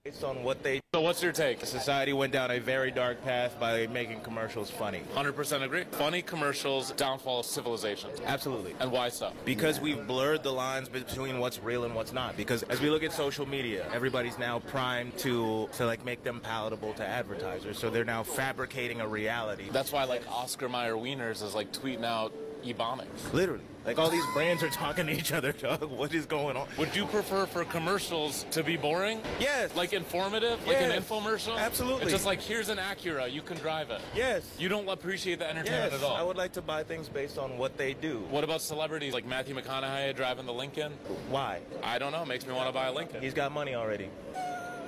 Based on what they
So what's your take?
society went down a very dark path by making commercials funny.
100% agree. Funny commercials, downfall of civilization.
Absolutely.
And why so?
Because we've blurred the lines between what's real and what's not. Because as we look at social media, everybody's now primed to to like make them palatable to advertisers. So they're now fabricating a reality.
That's why like Oscar Mayer Wieners is like tweeting out Ebonics.
Literally. Like all these brands are talking to each other, dog. What is going on?
Would you prefer for commercials to be boring?
Yes.
Like informative? Like an
Yes.
infomercial?
Absolutely.
It's just like, here's an Acura, you can drive it.
Yes.
You don't appreciate the entertainment
yes.
at all.
I would like to buy things based on what they do.
What about celebrities like Matthew McConaughey driving the Lincoln?
Why?
I don't know. Makes me want to buy a Lincoln.
He's got money already.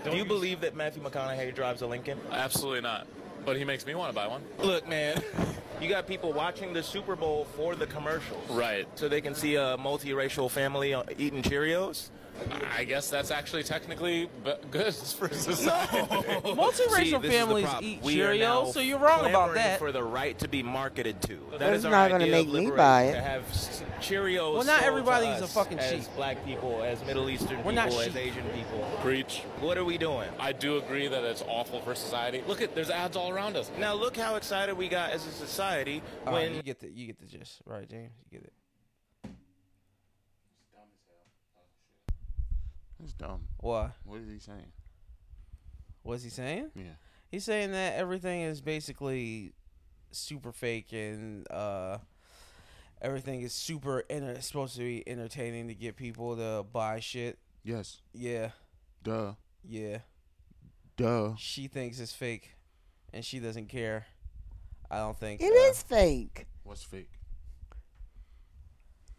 Do you believe that Matthew McConaughey drives a Lincoln?
Absolutely not. But he makes me want to buy one.
Look, man, you got people watching the Super Bowl for the commercials.
Right.
So they can see a multiracial family uh, eating Cheerios?
I guess that's actually technically b- good for society.
See,
Multiracial
this is the
families
problem.
eat
We are now
Cheerios, so you're wrong about
clamoring
that.
For the right to be marketed to.
That's
is our
not gonna
idea of
make me
liberation,
buy it.
To have s- Cheerios.
Well,
sold
not
to
everybody's a
us
fucking
as
sheep.
Black people, as Middle Eastern
We're not
people, as
sheep.
Asian people.
Preach.
What are we doing?
I do agree that it's awful for society. Look at there's ads all around us.
Now look how excited we got as a society
All right,
when
you get the you get the gist, right, James? You get it.
It's dumb.
Why?
What is he saying?
What's he saying?
Yeah.
He's saying that everything is basically super fake and uh, everything is super enter- supposed to be entertaining to get people to buy shit.
Yes.
Yeah,
Duh.
yeah.
Duh.
She thinks it's fake, and she doesn't care. I don't think
It
uh,
is fake.
What's fake?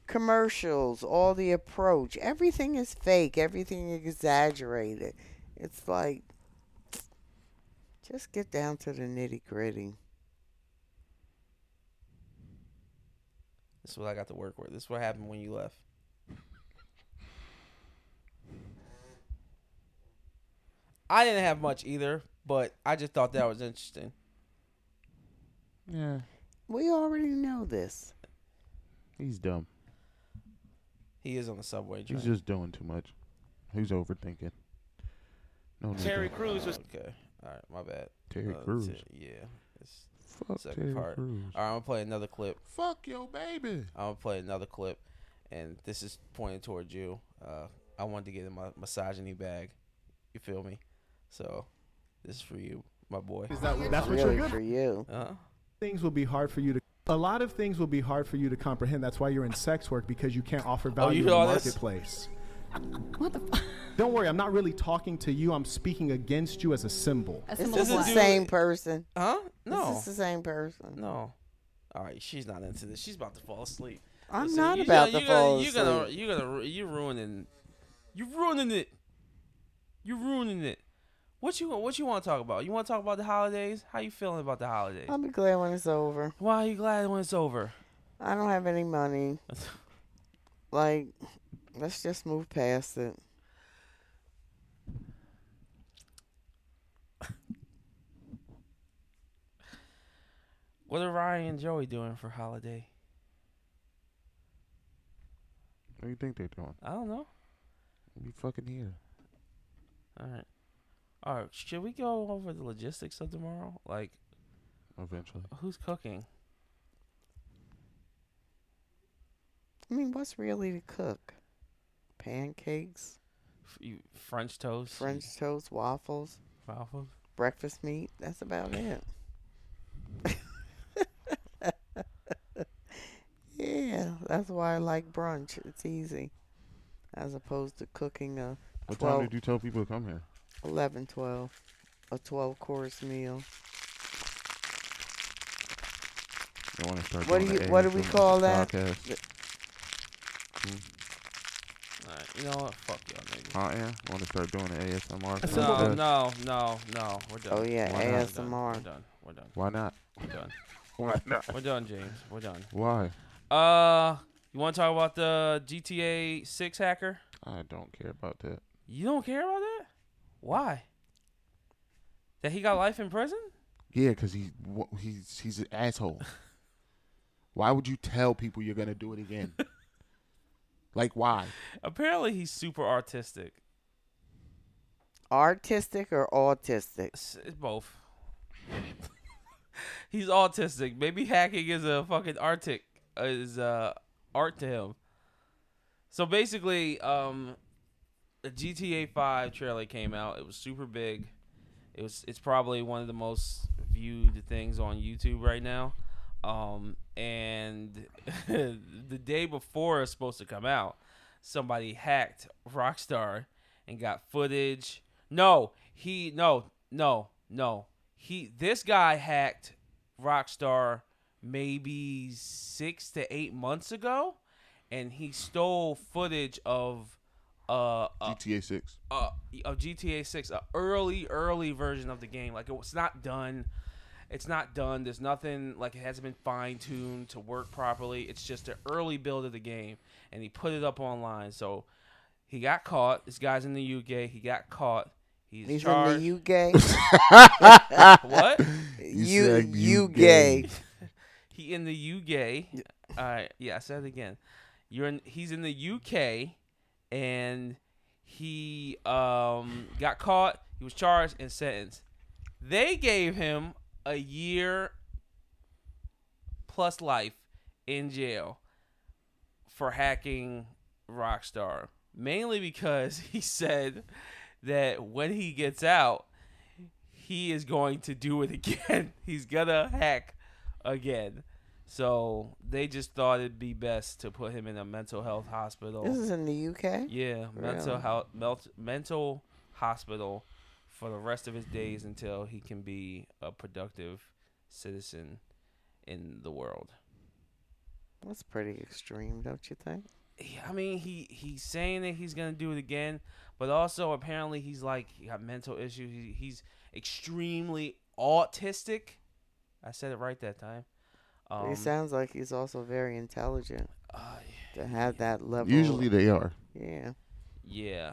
Commercials, all the approach, everything is fake. Everything exaggerated. It's like, just get down to the nitty gritty.
This is what I got to work with. This is what happened when you left. I didn't have much either, but I just thought that was interesting.
Yeah.
We already know this.
He's dumb.
He is on the subway train.
He's just doing too much. He's overthinking. No need to-
Terry Crews was
okay. All right, my bad.
Terry
Uh,
Crews.
t- yeah. It's
Fuck
second
Terry
part.
Crews.
All right, I'm gonna play another clip.
Fuck your baby.
I'm gonna play another clip, and this is pointed towards you. Uh, I wanted to get in my misogyny bag. You feel me? So, this is for you, my boy.
That's what
Really
you're good.
for you.
Uh,
Things will be hard for you to. A lot of things will be hard for you to comprehend. That's why you're in sex work because you can't offer value
Oh, you
in
hear
the
all this?
marketplace. What the? Don't worry, I'm not really talking to you. I'm speaking against you as a symbol.
This
This
is the
is dude-
same person.
huh?
This
No.
is the same person.
No. All right, she's not into this. She's about to fall asleep.
I'm
Listen,
not
you
about
gonna-
to
you
fall
gonna,
asleep.
You're gonna, you're gonna, ru- you ruining, you ruining it. You ruining it. What you, what you want to talk about? You want to talk about the holidays? How you feeling about the holidays?
I'll be glad when it's over.
Why are you glad when it's over?
I don't have any money. Like, let's just move past it.
What are Ryan and Joey doing for holiday?
What do you think they're doing?
I don't know.
We fucking here.
All right, all right. Should we go over the logistics of tomorrow? Like,
Eventually.
who's cooking?
I mean, what's really to cook? Pancakes,
F- you- French toast,
French toast, waffles,
waffles.
breakfast meat. That's about it. yeah, that's why I like brunch. It's easy. As opposed to cooking a
What time
12,
did you tell people to come here?
11, 12, a 12 course meal.
I want to
What
start. doing
do
the
you- what do we
ASMR
call that?
podcast. Hmm?
All right, you know what? Fuck y'all, niggas.
Hot air. I want to start doing the ASMR.
No,
podcast.
no, no, no. We're done.
Oh, yeah,
We're done.
ASMR.
We're done. We're done.
Why not?
We're done.
Why not?
We're done, James. We're done.
Why?
Uh, you want to talk about the GTA Six hacker?
I don't care about that.
You don't care about that? Why? That he got life in prison?
Yeah, because he wha- he's he's an asshole. why would you tell people you're gonna do it again? like why?
Apparently, he's super artistic.
Artistic or autistic?
It's, it's both. he's autistic. Maybe hacking is a fucking arctic is uh art to him. So basically, um, the GTA Five trailer came out. It was super big. It was. It's probably one of the most viewed things on YouTube right now. Um, and the day before it's supposed to come out, somebody hacked Rockstar and got footage. No, he no no no he this guy hacked Rockstar maybe six to eight months ago, and he stole footage of uh, a
GTA Six.
uh, of GTA 6, a early, early version of the game. Like it's not done. It's not done. There's nothing like it hasn't been fine tuned to work properly. It's just an early build of the game, and he put it up online. So he got caught. This guy's in the UK. He got caught. He's,
He's
charged.
in the UK.
what?
you
said you
you gay.
He in the UK. All right. Yeah, I said it again. You're in. He's in the UK, and he um got caught. He was charged and sentenced. They gave him a year plus life in jail for hacking Rockstar, mainly because he said that when he gets out, he is going to do it again. He's gonna hack again. So they just thought it'd be best to put him in a mental health hospital.
This is in the UK.
Yeah, mental
Really?
health, melt, mental hospital for the rest of his days until he can be a productive citizen in the world.
That's pretty extreme, don't you think?
He- I mean, he he's saying that he's gonna do it again, but also apparently he's like he got mental issues. He, he's extremely autistic. I said it right that time.
But
Um,
he sounds like he's also very intelligent
uh,
to have that level.
Usually they are.
yeah.
Yeah.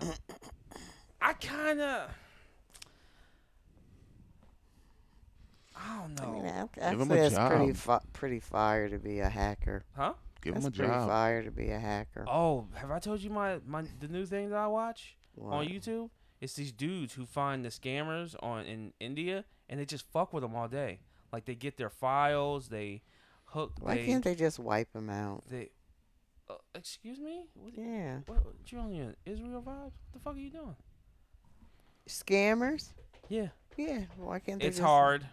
I kind of. I don't know.
I mean, I'd,
Give
I'd
'em
say
a
it's pretty
job.
fi- pretty fire to be a hacker.
huh?
Give
That's
them a
pretty
job.
fire to be a hacker.
Oh, have I told you my, my the new thing that I watch on
What?
YouTube? It's these dudes who find the scammers on in India and they just fuck with them all day. Like they get their files, they hook.
Why
they,
can't they just wipe him out?
They. Uh, excuse me. What,
Yeah.
what, what you on your Israel vibes? What the fuck are you doing?
Scammers?
Yeah,
Yeah. Why can't they
it's
just-
hard.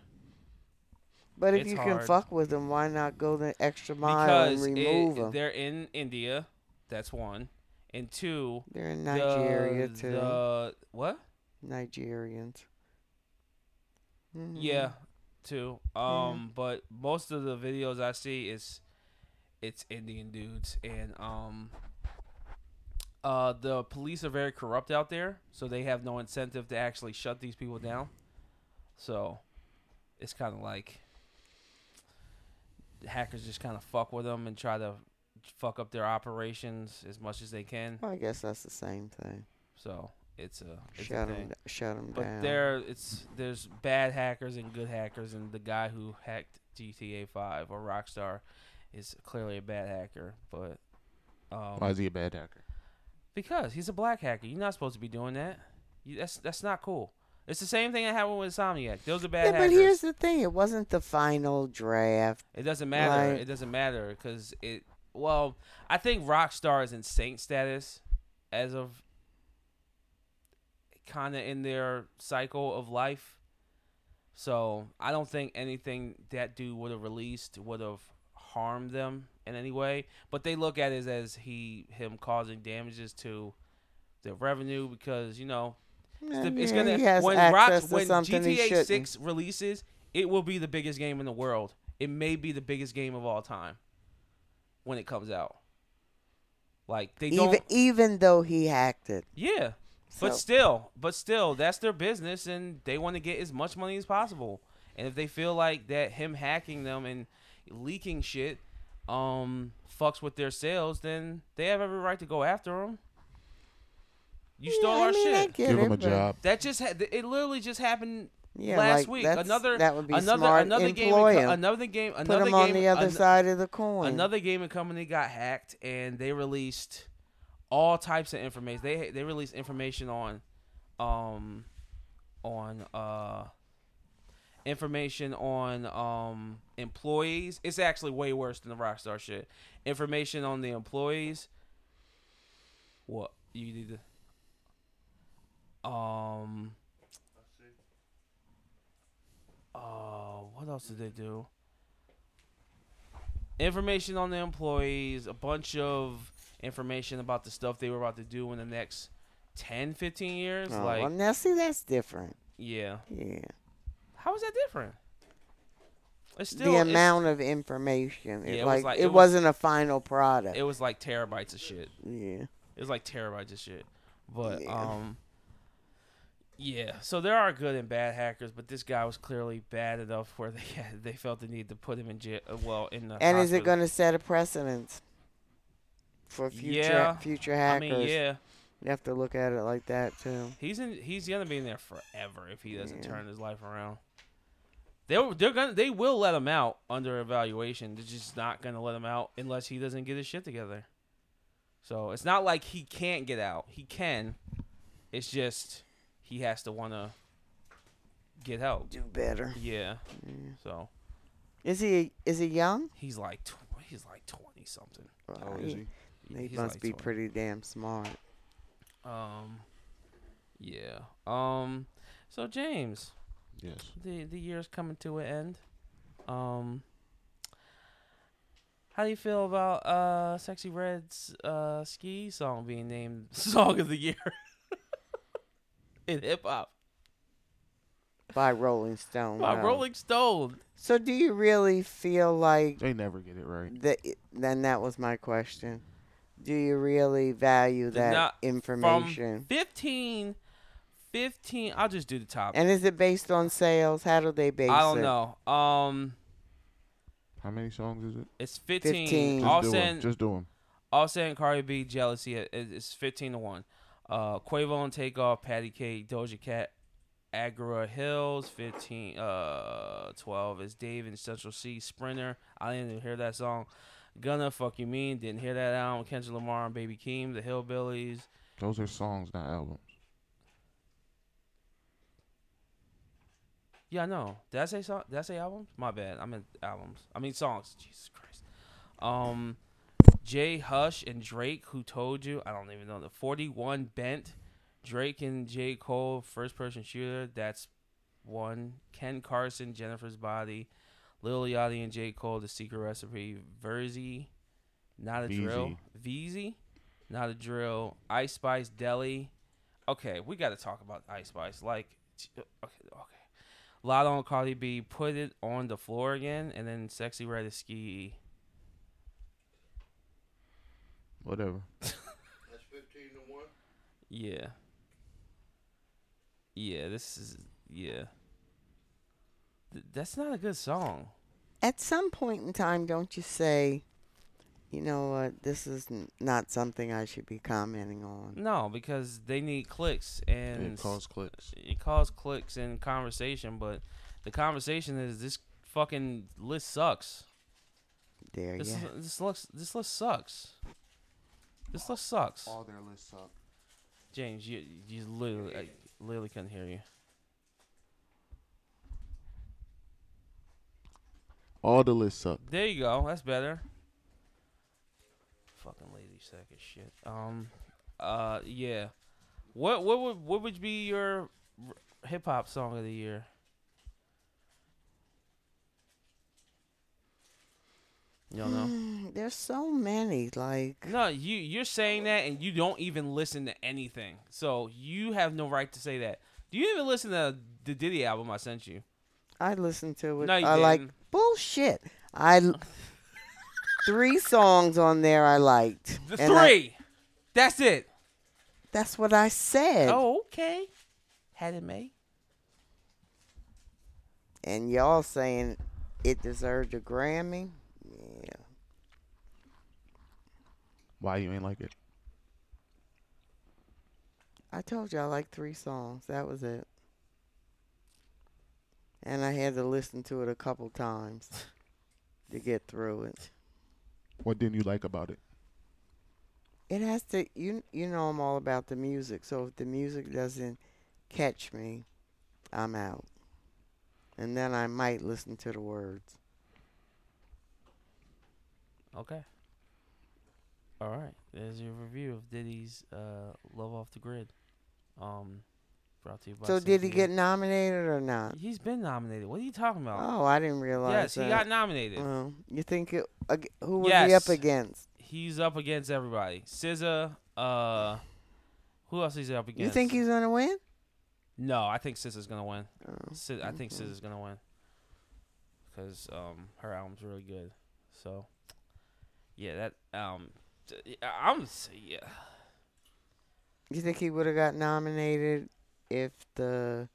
But if
It's
you
hard.
can fuck with them, why not go the extra mile
because it-
and remove them?
they're in India. That's one, and two.
They're in Nigeria
the,
too.
The, what?
Nigerians. Mhm.
Yeah, too. Um, but most of the videos I see is it's Indian dudes, and um, uh, the police are very corrupt out there, so they have no incentive to actually shut these people down. So it's kind of like the hackers just kind of fuck with them and try to fuck up their operations as much as they can.
Well, I guess that's the same thing.
So it's a it's a
Shut
thing.
them, shut them
But
down.
there, it's there's bad hackers and good hackers, and the guy who hacked GTA Five or Rockstar is clearly a bad hacker. But um,
Oh, Why is he a bad hacker?
because he's a black hacker, you're not supposed to be doing that. You, that's that's not cool. It's the same thing that happened with Insomniac. Those are bad
yeah, but
hackers.
here's the thing: it wasn't the final draft.
It doesn't matter.
Like-
it doesn't matter because it. Well, I think Rockstar is in saint status as of kind of in their cycle of life. So I don't think anything that dude would have released would have harmed them in any way. But they look at it as he him causing damages to the revenue because you know it's, the, it's
Yeah,
gonna
he has
when
access
Rocks
to
when
something he
GTA
shouldn't.
Six releases, it will be the biggest game in the world. It may be the biggest game of all time when it comes out. Like they don't,
Even even though he hacked it,
yeah.
So-
But still, but still, that's their business, and they want to get as much money as possible. And if they feel like that him hacking them and leaking shit, um, fucks with their sales, then they have every right to go after him. You
Yeah,
stole
I
our
mean, I
shit.
get
Give
it,
him a
but-
job.
That just ha- th- it literally just happened
Yeah,
last
like,
week.
that's-
Another
that would be
another
smart.
another game
Employ
and co-
'em.
another game
Put
another
him
game
on the other
an-
side of the coin.
Another gaming company got hacked and they released all types of information. They they released information on um on uh information on um employees. It's actually way worse than the Rockstar shit. Information on the employees. What you need to um uh what else did they do? information on the employees, a bunch of information about the stuff they were about to do in the next 10, 15 years.
Oh,
like,
well, now see, that's different.
yeah.
Yeah.
How is that different? It's still
the
it's-
amount of information. It,
Yeah, it was
like,
like-
it,
it was-
wasn't a final product.
It was like terabytes of shit.
yeah.
It was like terabytes of shit. But
Yeah.
um yeah, so there are good and bad hackers, but this guy was clearly bad enough where they had, they felt the need to put him in jail. uh, Well, in the
And is it
hospital.
going to set a precedence for future
Yeah.
future
I
hackers?
mean, yeah,
You have to look at it like that too.
he's in. He's gonna be in there forever if he doesn't
Yeah.
turn his life around. They they're gonna they will let him out under evaluation. They're just not gonna let him out unless he doesn't get his shit together. So it's not like he can't get out. He can. It's just he has to wanna get help.
Do better.
Yeah. So
Is he is he young?
he's like tw- he's like twenty something.
How
Well,
old is he?
He
He's
must
like
be
20.
pretty damn smart.
Um. Yeah. Um. So James.
Yes.
the the year's coming to an end. Um, how do you feel about uh Sexy Red's uh ski song being named Song of the Year in hip hop
By Rolling Stone.
by
no.
Rolling Stone?
So do you really feel like
They never get it right.
that? Then that was my question. Do you really value that
not- From
information?
15, 15 I'll just do the top.
and is it based on sales? How do they base it?
I don't know. Um,
How many songs is it?
it's fifteen.
15.
Just
All
do 'em.
saying,
Just do 'em.
Offset and Cardi B, Jealousy i- is is 15 to 1. Uh, Quavo and Takeoff, Patty Cake, Doja Cat, Agra Hills, 15, uh, 12 is Dave and Central C, Sprinter. I didn't even hear that song. Gunna, Fuck You Mean, didn't hear that album. Kendrick Lamar and Baby Keem, The Hillbillies.
Those are songs, not albums.
Yeah, I know. Did I say song? Did I say albums? My bad. I meant albums. I mean songs. Jesus Christ. Um, Jay Hush and Drake, who told you? I don't even know. The forty-one bent. Drake and J Cole, first-person shooter. That's one. Ken Carson, Jennifer's Body, Lil Yachty and J Cole, The Secret Recipe, Verzi, Not a Drill, VZ, Not a Drill, Ice Spice Deli. Okay, we got to talk about Ice Spice. Like, t- okay, okay. Lotto on Cardi B, put it on the floor again, and then Sexy Red is ski.
Whatever.
Yeah. Yeah, this is yeah. Th- that's not a good song.
At some point in time, don't you say, you know what? This is n- not something I should be commenting on.
No, because they need clicks
It
and
costs clicks.
it caused clicks and conversation, but the conversation is this fucking list sucks.
There,
This
yeah.
is- this looks this list sucks. This list sucks.
their lists suck.
James, you you literally I literally couldn't hear you.
All the lists suck.
There you go. That's better. Fucking lazy sack of shit. Um, uh, yeah. What what would what would be your hip hop song of the year? You don't know.
Mm, There's so many. Like,
No, you you're saying that, and you don't even listen to anything. So you have no right to say that. Do you even listen to the Diddy album I sent you?
I listened to it.
No, you
I like
didn't.
bullshit. I l- three songs on there I liked.
The
and I-
three. That's it.
that's what I said.
Oh, okay. Had it made.
And y'all saying it deserved a Grammy? Yeah.
Why you ain't like it?
I told you I like three songs. That was it. And I had to listen to it a couple times to get through it.
What didn't you like about it?
It has to you you know I'm all about the music. So if the music doesn't catch me, I'm out. And then I might listen to the words.
Okay. All right. There's your review of Diddy's uh, "Love Off the Grid." Um, Brought to you by
So did he
CTE.
get nominated or not?
He's been nominated. What are you talking about?
Oh, I didn't realize
yes,
that.
he got nominated.
Oh, you think it, ag- who was he up
Yes.
against?
He's up against everybody. SZA. Uh, who else is he up against?
You think he's gonna win?
No, I think SZA's gonna win.
Oh,
Sis, I think SZA's gonna win because um her album's really good. So yeah, that um d- yeah, I'm s- yeah
You think he would have got nominated if the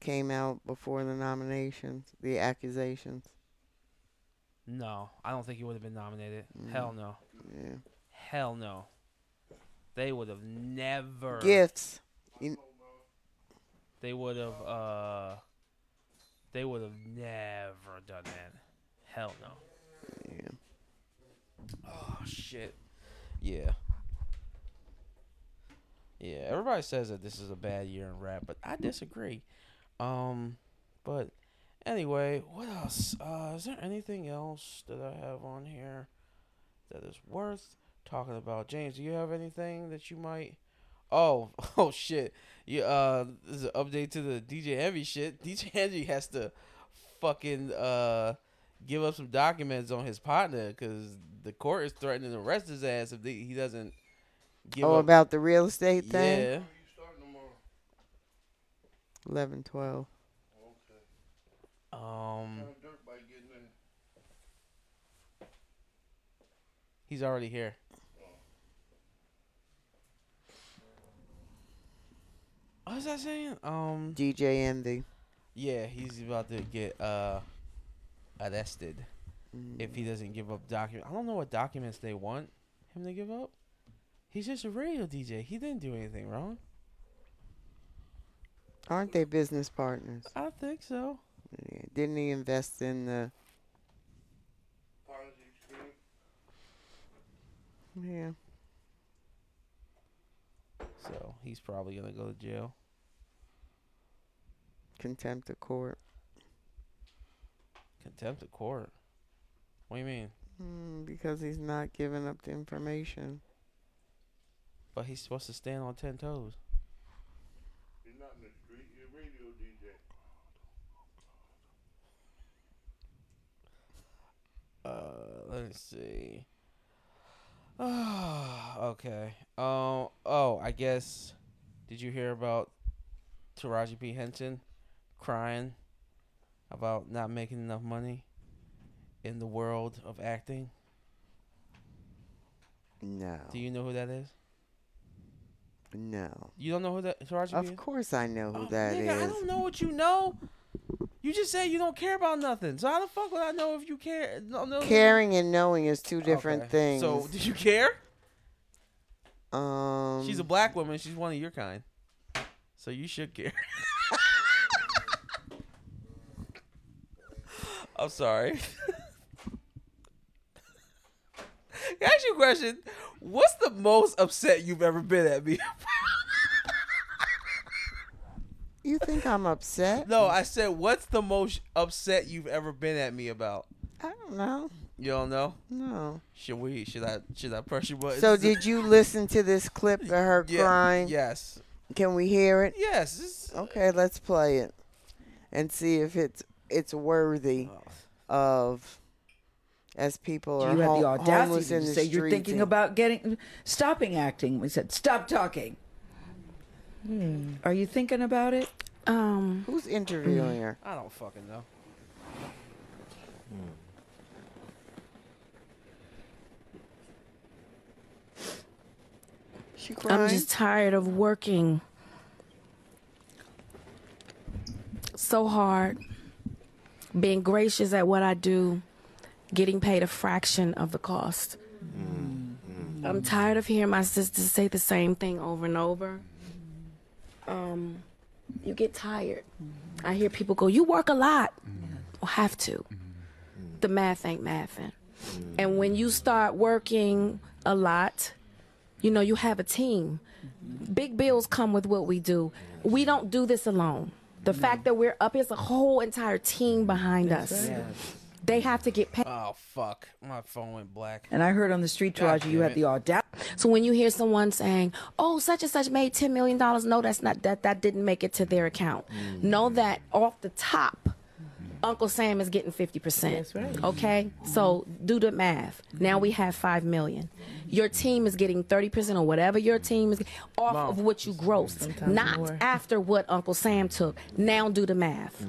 came out before the nominations, the accusations?
no, I don't think he would have been nominated.
Mm.
Hell no,
Yeah.
hell no. They would have never.
Gifts.
They would have uh. They would have never done that. Hell no.
Yeah.
Oh shit. Yeah. Yeah, everybody says that this is a bad year in rap, but I disagree. Um but anyway, what else? Uh is there anything else that I have on here that is worth talking about? James, do you have anything that you might Oh, oh shit. Yeah, uh this is an update to the DJ Envy shit. DJ Envy has to fucking uh give up some documents on his partner because the court is threatening to arrest his ass if the- he doesn't give
Oh,
up.
about the real estate thing.
yeah,
Eleven, twelve.
um, he's already here. What was I saying? Um,
DJ Envy.
yeah, he's about to get uh arrested
Mm.
if he doesn't give up documents. I don't know what documents they want him to give up. He's just a radio DJ. He didn't do anything wrong.
Aren't they business partners?
I think so.
Yeah. Didn't he invest in the? Yeah.
So he's probably gonna go to jail.
Contempt of court.
Contempt of court. What do you mean?
Mm, because he's not giving up the information.
But he's supposed to stand on ten toes. Uh, let's see. okay. Um. Oh, I guess. Did you hear about Taraji P Henson crying about not making enough money in the world of acting?
No.
Do you know who that is?
no.
You don't know who that Taraji P.
Of
is?
course I know who
Oh,
that is.
nigga, I don't know what you know. You just say you don't care about nothing. So how the fuck would I know if you care? No, no.
Caring and knowing is two different
Okay.
things.
So did you care?
um,
She's a black woman. She's one of your kind. So you should care. I'm sorry. Can I ask you a question? What's the most upset you've ever been at me?
you think I'm upset?
no, I said, what's the most upset you've ever been at me about?
I don't know.
You don't know?
No.
Should we? Should I? Should I press your buttons?
So did you listen to this clip of her
Yeah,
crying?
Yes.
Can we hear it?
Yes. this-
Okay, let's play it and see if it's it's worthy Oh. of as people are
you have
home,
the
homeless
audacity
in
to
the
say you're
streets
thinking
and-
about getting stopping acting. We said, stop talking.
Hmm.
Are you thinking about it?
Um,
who's interviewing her. Hmm.
I don't fucking know.
She crying.
I'm just tired of working so hard, being gracious at what I do, getting paid a fraction of the cost. I'm tired of hearing my sisters say the same thing over and over. Um, you get tired. I hear people go, "You work a lot." Well, have to. The math ain't mathing. And when you start working a lot, you know, you have a team. Big bills come with what we do. We don't do this alone. The fact that we're up is a whole entire team behind us. They have to get paid.
Oh fuck, my phone went black.
And I heard on the street,
God
Taraji, you
damn
had
it.
the audacity.
So when you hear someone saying, "Oh, such and such made ten million dollars," no, that's not that. That didn't make it to their account. Know that off the top, Uncle Sam is getting fifty percent. That's right. Okay, so do the math. Now we have five million. Your team is getting thirty percent or whatever your team is off of what you grossed, not after what Uncle Sam took. Now do the math.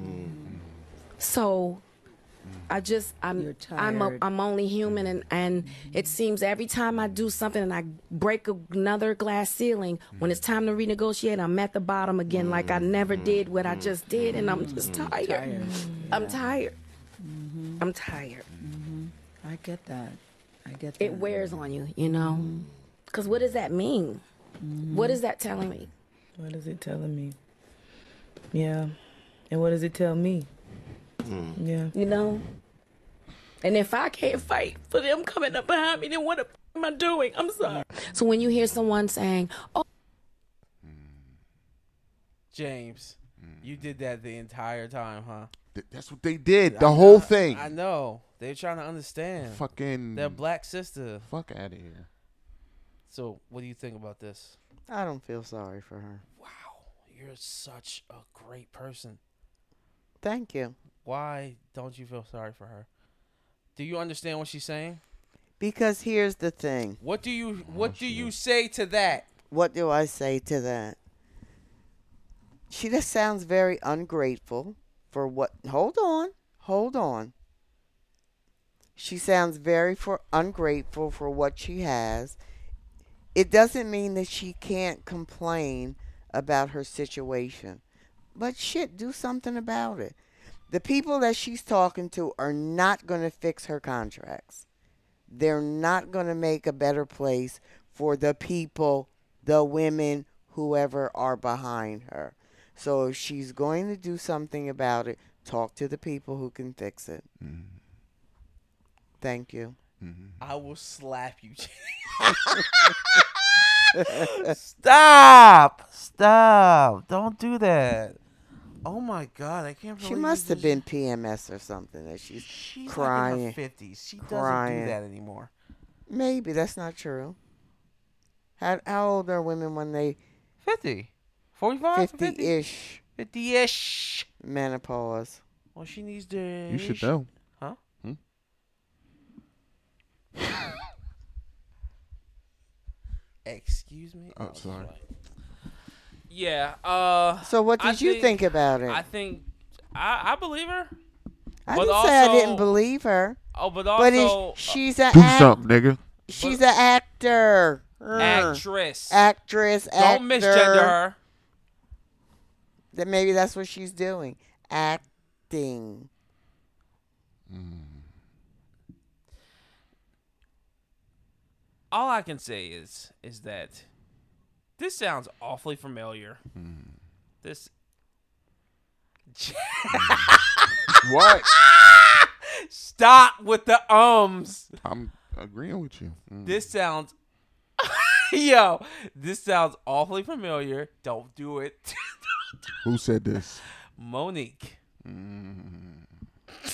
So I just I'm
You're
I'm a,
tired.
I'm only human and and it seems every time I do something and I break another glass ceiling when it's time to renegotiate I'm at the bottom again like I never did what I just did and I'm just tired. I'm tired. I'm tired.
Mm-hmm. I get that. I get that.
It wears on you, you know. Cuz what does that mean?
Mm-hmm.
What is that telling me?
What is it telling me? Yeah. And what does it tell me?
Hmm.
Yeah.
You know? And if I can't fight for them coming up behind me, then what the f- am I doing? I'm sorry. So when you hear someone saying, "Oh,
James, you did that the entire time, huh?
Th- that's what they did. The whole thing.
I know. They're trying to understand.
Fucking.
Their black sister.
Fuck out of here.
So, what do you think about this?
I don't feel sorry for her.
Wow, you're such a great person.
Thank you.
Why don't you feel sorry for her? Do you understand what she's saying?
Because here's the thing.
What do you What do you say to that?
What do I say to that? She just sounds very ungrateful for what. Hold on. Hold on. She sounds very for ungrateful for what she has. It doesn't mean that she can't complain about her situation. But shit, do something about it. The people that she's talking to are not going to fix her contracts they're not going to make a better place for the people, the women, whoever are behind her. So if she's going to do something about it, talk to the people who can fix it.
Mm-hmm.
Thank you. Mm-hmm.
I will slap you. James. Mm-hmm. Stop! Stop! Don't do that. Oh my God! I can't.
She
believe
must
you
have
just-
been PMS or something that she's,
She's like, in her
crying.
fifties. She doesn't
Crying.
do that anymore.
Maybe that's not true. How, how old are women when they
50. 45?
50 ish
50 ish.
menopause?
Well, she needs to.
You should know.
Huh?
Hmm?
Excuse me?
Uh,
Oh,
it's
sorry.
fine. Yeah. Uh,
So what did
I
you think about it?
I think. I, I believe her.
I
but
didn't say I
also-
didn't believe her,
Oh, but
but
also.
it's, she's an
Do
actress.
something, nigga.
She's an actor.
uh, actress.
Actress.
Don't
actor.
misgender her.
That maybe that's what she's doing. Acting.
all I can say is is that this sounds awfully familiar.
Hmm.
This
What?
stop with the ums.
I'm agreeing with you. Mm.
This sounds yo. This sounds awfully familiar. Don't do it,
Who said this?
Monique.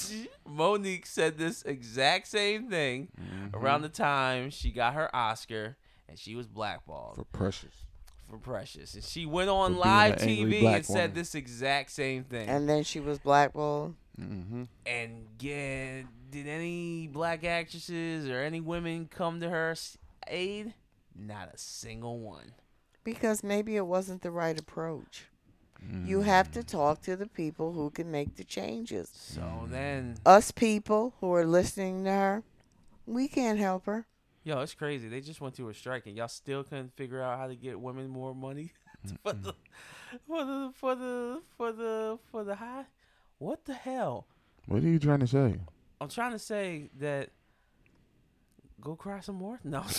Mm-hmm.
Monique said this exact same thing
Mm-hmm.
around the time she got her Oscar and she was blackballed.
For Precious.
for Precious. And she went on
For being
live
an angry
TV
black
and said
woman.
this exact same thing. And,
And then she was blackballed.
yeah, did any black actresses or any women come to her s- aid? Not a single one.
Because maybe it wasn't the right approach. You have to talk to the people who can make the changes.
So then,
Us people who are listening to her, we can't help her.
yo, it's crazy. They just went through a strike and y'all still couldn't figure out how to get women more money for the for the for the for the for the high. What the hell?
What are you trying to say?
I'm trying to say that. Go cry some more. No.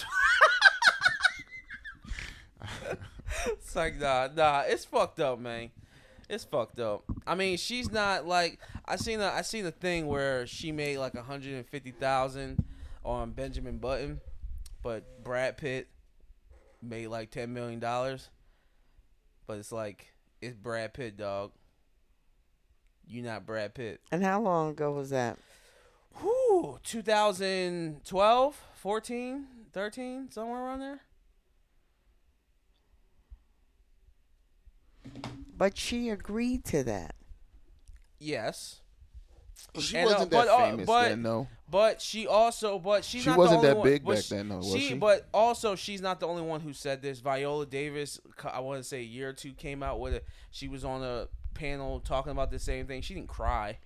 it's like nah, nah. It's fucked up, man. It's fucked up. I mean, she's not like I seen a I seen a thing where she made like 150,000 on Benjamin Button, but Brad Pitt made like 10 million dollars. But it's like it's Brad Pitt, dog. You not Brad Pitt.
And how long ago was that?
Whew, Ooh, 2012, 14, 13, somewhere around there.
But she agreed to that.
Yes.
She
uh,
wasn't that
but, uh,
famous
but-
then, though.
But she also, but she's
She
not
wasn't
the only
that
one-
big
but
back then, though, was she?
But also, she's not the only one who said this. Viola Davis, co- I want to say a year or two, came out with it. She was on a panel talking about the same thing. She didn't cry,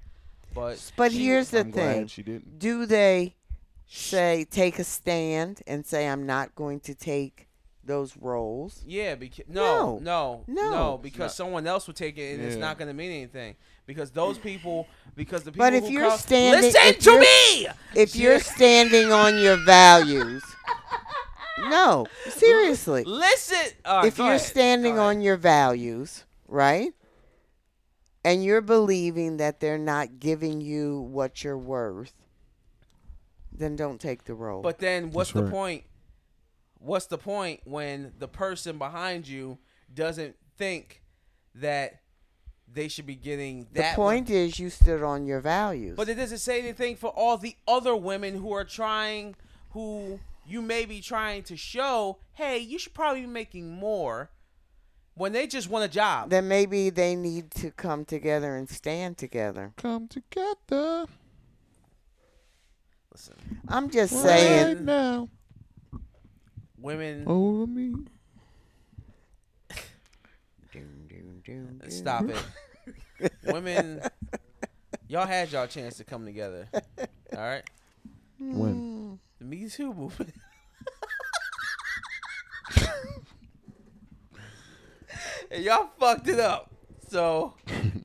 but
But
she-
here's the
I'm glad
thing:
she didn't.
Do they say take a stand and say I'm not going to take those roles?
Yeah, because no, no, no,
No. No.
because someone else would take it, and it's
Yeah.
not going to mean anything. Because those people, because the people.
But if
who
you're
call-
standing,
listen
if
to
you're-
me.
If you're standing on your values, no, seriously.
Listen. All right,
if
go
you're
ahead.
standing on your values, right? And you're believing that they're not giving you what you're worth, then don't take the role.
But then what's
That's
the
right.
point? What's the point when the person behind you doesn't think that they should be getting
the
that
point is, you stood on your values.
But it doesn't say anything for all the other women who are trying, who you may be trying to show, hey, you should probably be making more when they just want a job.
then maybe they need to come together and stand together.
Come together.
Listen,
I'm just
Right
saying.
now.
Women.
Over me.
Stop it. Women, y'all had y'all chance to come together. All right?
When?
The Me Too movement. and y'all fucked it up. So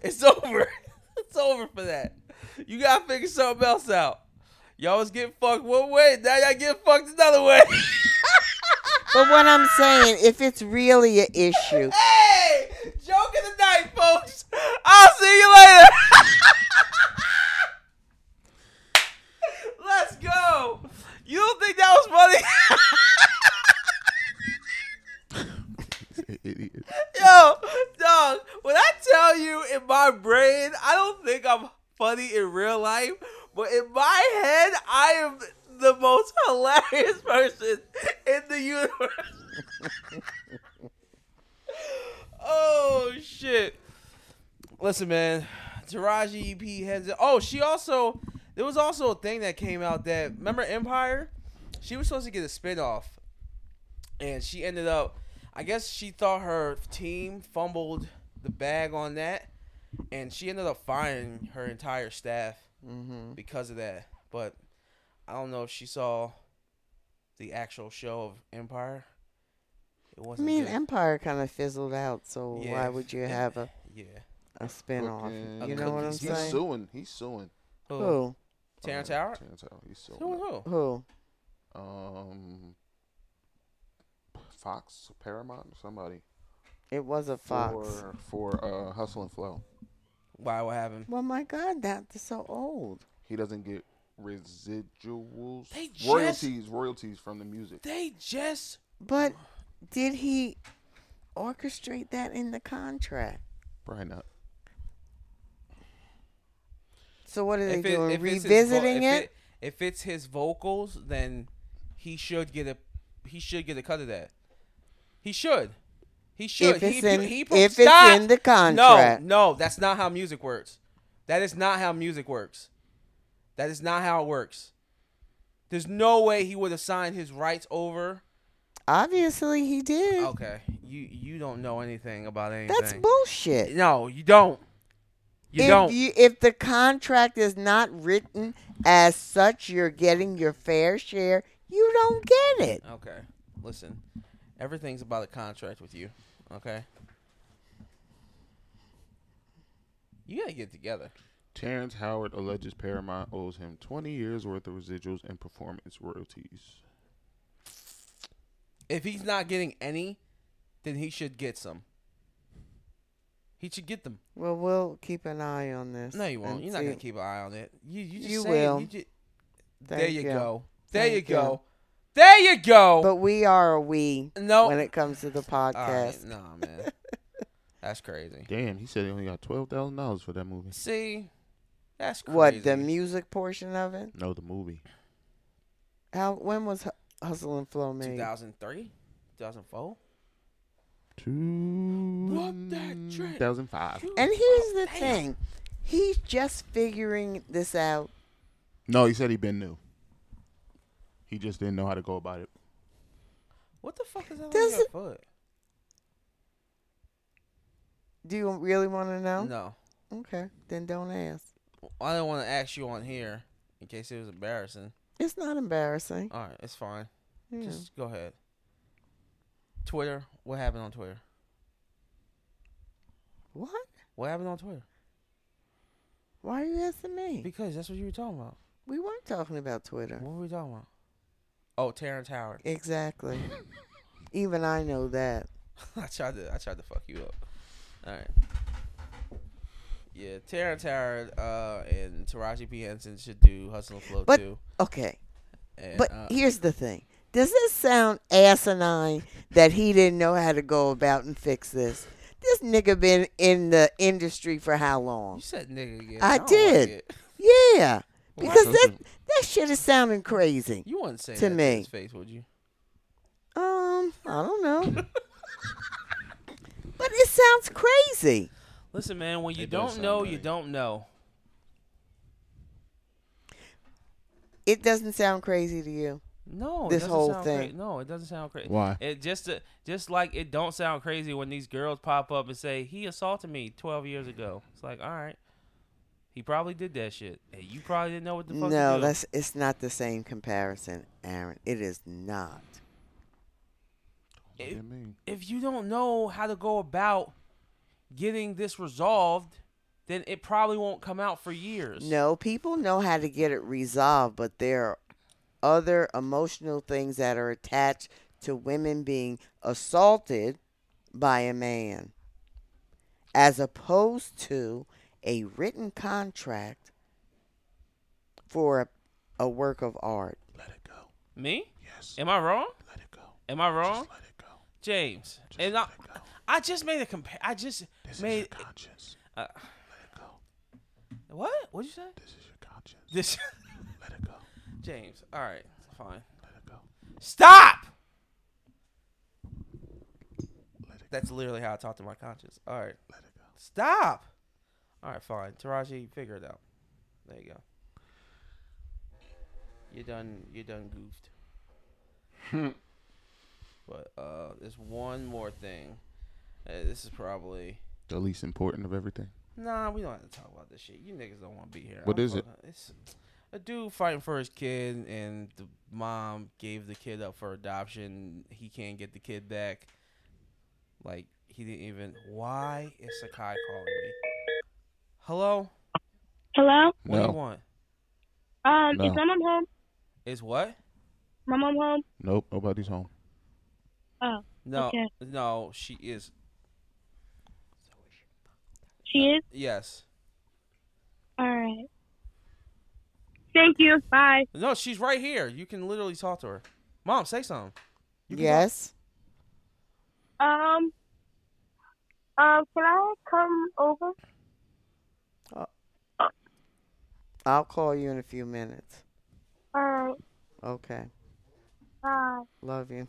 it's over. it's over for that. You gotta figure something else out. Y'all was getting fucked one way, now y'all get fucked another way.
But what I'm saying, if it's really an issue,
hey! Joke of the night, folks. I'll see you later. Let's go. You don't think that was funny?
Idiot.
Yo, dog, when I tell you in my brain, I don't think I'm funny in real life, but in my head, I am the most hilarious person in the universe. oh, shit. Listen, man, Taraji EP heads. Oh, she also, there was also a thing that came out that, remember Empire? She was supposed to get a spinoff and she ended up I guess she thought her team fumbled the bag on that and she ended up firing her entire staff because of that. But I don't know if she saw the actual show of Empire. It
I
wasn't
mean,
good.
Empire kind of fizzled out, so
Yeah.
why would you have a
Yeah.
a spinoff?
Fucking-
You know what I'm
he's
saying?
suing. He's suing.
Who? Who?
Terrence
Uh,
Howard?
Terrence Howard. He's suing.
Suing who?
Who?
Um, Fox, Paramount, somebody.
It was a fox.
For, for uh, Hustle and Flow.
Why? What happened?
Well, my God, that's so old.
He doesn't get residuals.
They just-
royalties, royalties from the music.
They just
But did he orchestrate that in the contract?
Probably not.
So what are they
if it-
doing?
if it's his vo-
Revisiting
if
it?
If it's his vocals, then he should get a he should get a cut of that. He should. He should.
If
he,
it's
pro-
in-
he pro-
if it's
Stop!
in the contract.
No, no, that's not how music works. That is not how music works. That is not how it works. There's no way he would have signed his rights over.
Obviously, he did.
Okay, you you don't know anything about anything.
That's bullshit.
No, you don't. You
if
don't.
You, if the contract is not written as such, you're getting your fair share. You don't get it.
Okay. Listen, everything's about a contract with you. Okay. You gotta get together.
Terrence Howard alleges Paramount owes him 20 years worth of residuals and performance royalties.
If he's not getting any, then he should get some. He should get them.
Well, we'll keep an eye on this.
No, you won't.
and
You're not
see-
gonna keep an eye on it. You you just
You
say it.
will.
You ju- there
Thank
you
you.
go. There you
Thank you.
go. There you go.
But we are a we
No.
when it comes to the
All right,
podcast.
nah, man. That's crazy.
Damn, he said he only got $12,000 for that movie.
See, That's
What the music portion of it?
No, the movie.
How when was Hu- Hustle and Flow made?
2003, 2004.
Two thousand five.
And here's the thing, he's just figuring this out.
No, he said he been new. He just didn't know how to go about it.
What the fuck is that
Does
on your
it-
foot?
Do you really want to know?
No,
Okay, then don't ask.
I don't want to ask you on here in case it was embarrassing.
It's not embarrassing.
All right, it's fine.
Yeah.
Just go ahead. Twitter, what happened on Twitter?
What?
What happened on Twitter?
Why are you asking me?
Because that's what you were talking about.
We weren't talking about Twitter.
What were we talking about? Oh, Terrence Howard.
Exactly. Even I know that.
I tried to I tried to fuck you up. All right. Yeah, Terrence Howard uh, and Taraji P Henson should do Hustle and Flow
But
too.
okay.
And,
But
uh,
here's the thing. Does this sound asinine that he didn't know how to go about and fix this? This nigga been in the industry for how long?
you said nigga again.
I,
don't like
did.
it.
yeah.
Why
Because
don't
that that shit is sounding crazy.
You wouldn't say
To
that
me.
to his face, would you?
Um, I don't know. but it sounds crazy.
Listen, man, when you
It does
don't
sound
know, you
like-
don't know.
It doesn't sound crazy to you.
No, it
This
doesn't
whole
sound cra-
thing.
no, it doesn't sound crazy.
Why?
It just uh, just like it don't sound crazy when these girls pop up and say he assaulted me 12 years ago. It's like, all right, he probably did that shit, and you probably didn't know what the fuck. to
No,
do.
that's it's not the same comparison, Aaron. It is not.
What do you mean?
if you don't know how to go about getting this resolved, then it probably won't come out for years.
No, people know how to get it resolved, but there are other emotional things that are attached to women being assaulted by a man, as opposed to a written contract for a, a work of art.
Let it go.
Me?
Yes.
Am I wrong?
Let it go.
Am I wrong,
Just let it go.
James?
Just
And I,
let it go.
I just made a compare. I just
This is
made
your conscience.
uh,
Let it go.
what? What'd you say?
This is your conscience.
This
Let it go.
James. All right, fine.
Let it go.
Stop.
Let it.
That's literally how I talk to my conscience. All right,
Let it go.
stop. All right, fine. Taraji, figure it out. There you go. You done. You done goofed.
Hmm.
But uh, there's one more thing. Uh, this is probably
The least important of everything.
nah. We don't have to talk about this shit. You niggas don't want to be here.
What
I'm
is it?
fucking- It's a dude fighting for his kid, and the mom gave the kid up for adoption. He can't get the kid back. Like he didn't even. Why is Sakai calling me? Hello.
Hello?
What do you
No.
want?
Um,
No.
is my mom home?
Is what?
My mom home?
Nope. Nobody's home.
Oh,
No.
Okay.
No. She is.
she is?
Yes.
All right. Thank you. Bye.
No. She's right here. You can literally talk to her. Mom, say something.
Yes.
Um, um, can I come over?
Uh, I'll call you in a few minutes.
All right.
Okay.
Bye.
Love you.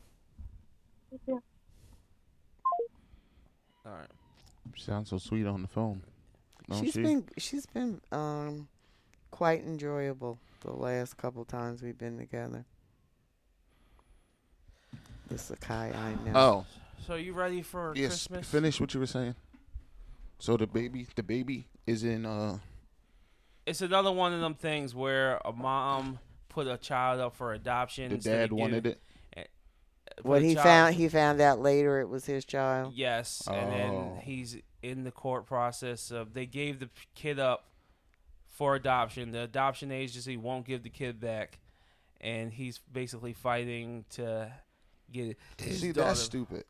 Thank you.
All right.
Sounds so sweet on the phone. Don't
She's
she?
been she's been um quite enjoyable the last couple times we've been together. The Sakai I know.
oh
So you ready for
yes.
Christmas?
Finish what you were saying. So the baby, the baby is in. Uh,
it's another one of them things where a mom put a child up for adoption.
the
instead of
dad
give-
wanted it.
put
what
a
he
child-
found he found out later it was his child.
Yes, and then
Oh.
he's in the court process of they gave the kid up for adoption. The adoption agency won't give the kid back, and he's basically fighting to get it. his
See,
daughter-
that's stupid.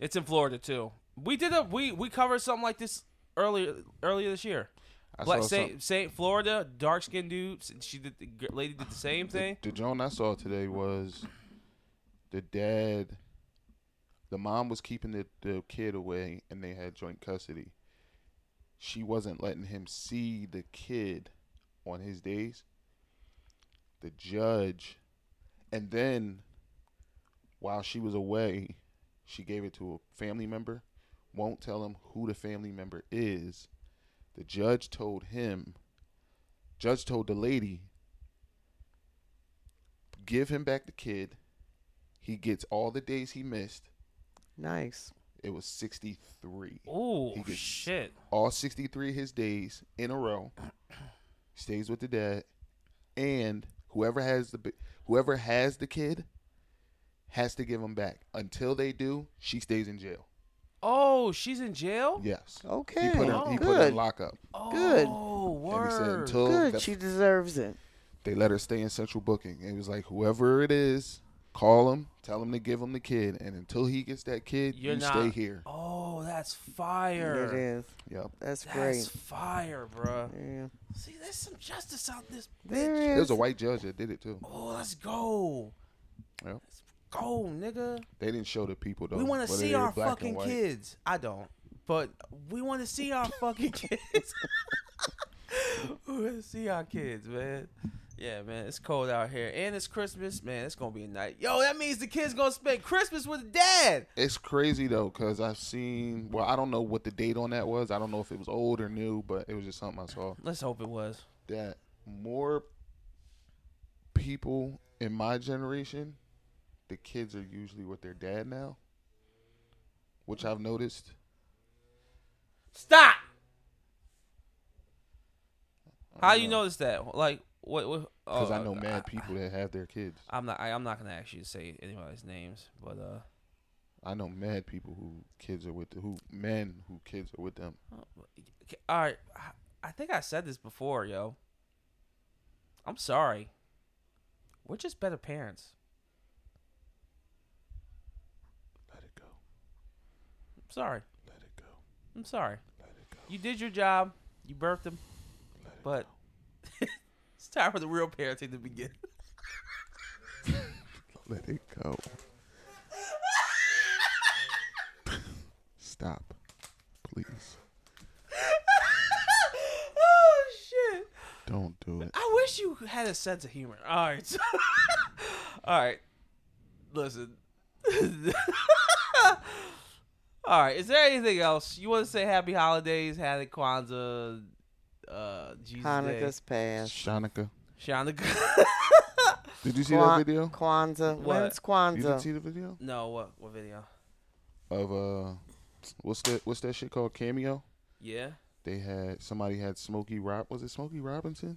It's in Florida too. We did a we we covered something like this earlier earlier this year.
I
Black
saw
Saint
some-
Saint Florida, dark skinned dudes. She did the g- lady did the same thing.
The Joan I saw today was the dad. The mom was keeping the, the kid away, and they had joint custody. she wasn't letting him see the kid on his days. The judge, and then while she was away, she gave it to a family member. Won't tell him who the family member is. The judge told him, judge told the lady, give him back the kid. He gets all the days he missed.
Nice.
It was 63.
Ooh,
He gets
shit.
All 63 of his days in a row. Stays with the dad and whoever has the bi- whoever has the kid has to give him back. Until they do, she stays in jail.
Oh, she's in jail.
Yes.
Okay.
He put her, he put her in lockup.
Good.
Oh,
And he said
word.
until
Good.
the-
She deserves it.
they let her stay in central booking. It was like whoever it is, call him, tell him to give him the kid, and until he gets that kid, you
You're not.
stay here.
Oh, that's fire.
It is.
Yep.
That's great.
That's fire, bruh.
Yeah.
See, there's some justice out this
There
bitch.
There was a white judge that did it too.
Oh, let's go.
Yep.
Go, nigga.
They didn't show the people though.
we want to
whether
see
they were
our
black and
fucking
white.
kids. I don't, but we want to see our fucking kids. we want to see our kids, man. Yeah, man, it's cold out here, and it's Christmas, man. It's gonna be a night. Yo, that means the kids gonna spend Christmas with dad.
It's crazy though, cause I've seen. Well, I don't know what the date on that was. I don't know if it was old or new, but it was just something I saw.
Let's hope it was.
That more people in my generation, the kids are usually with their dad now, which I've noticed.
Stop. How you notice that? Like, what? what
Because
oh,
I know
uh,
mad people that have their kids.
I'm not. I, I'm not gonna ask you to say anybody's names, but uh,
I know mad people who kids are with who men who kids are with them.
Okay, all right. I- I think I said this before, yo. I'm sorry. We're just better parents. Let it go. I'm sorry. Let it
go.
I'm sorry. Let it go. You did your job. You birthed him. but it's time for the real parenting to begin.
Let it go. Stop, please.
oh shit.
Don't do it.
I wish you had a sense of humor. All right. so- All right. Listen. All right. Is there anything else you want to say? Happy holidays, Hanukkah, Kwanzaa, uh, Jesus
Hanukkah's
Day.
passed.
Shanika.
Hanukkah.
Did you see
Kwan-
that video
Kwanzaa.
What?
When's Kwanzaa?
You didn't see the video
no. What? What video?
of uh, what's that? What's that shit called? Cameo.
Yeah.
They had somebody had Smokey Rob. Was it Smokey Robinson?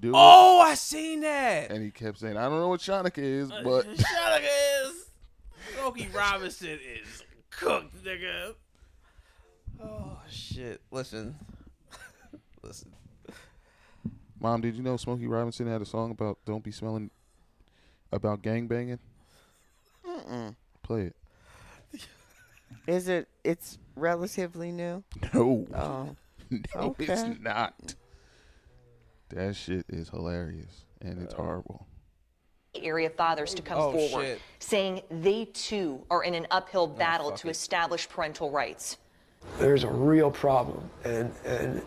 Dude.
Oh, I seen that. Uh,
And he kept saying, "I don't know what Shanika is, but
Hanukkah is. Smokey Robinson is cooked, nigga. Oh shit. Listen. Listen.
Mom, did you know Smokey Robinson had a song about "Don't Be Smelling," about gang banging?
Mm-mm.
Play it.
Is it? It's relatively new.
No.
Oh.
no,
Okay.
it's not. That shit is hilarious and
Uh.
it's horrible.
area fathers to come
Oh,
forward,
shit.
saying they too are in an uphill battle to establish parental rights.
there's a real problem and and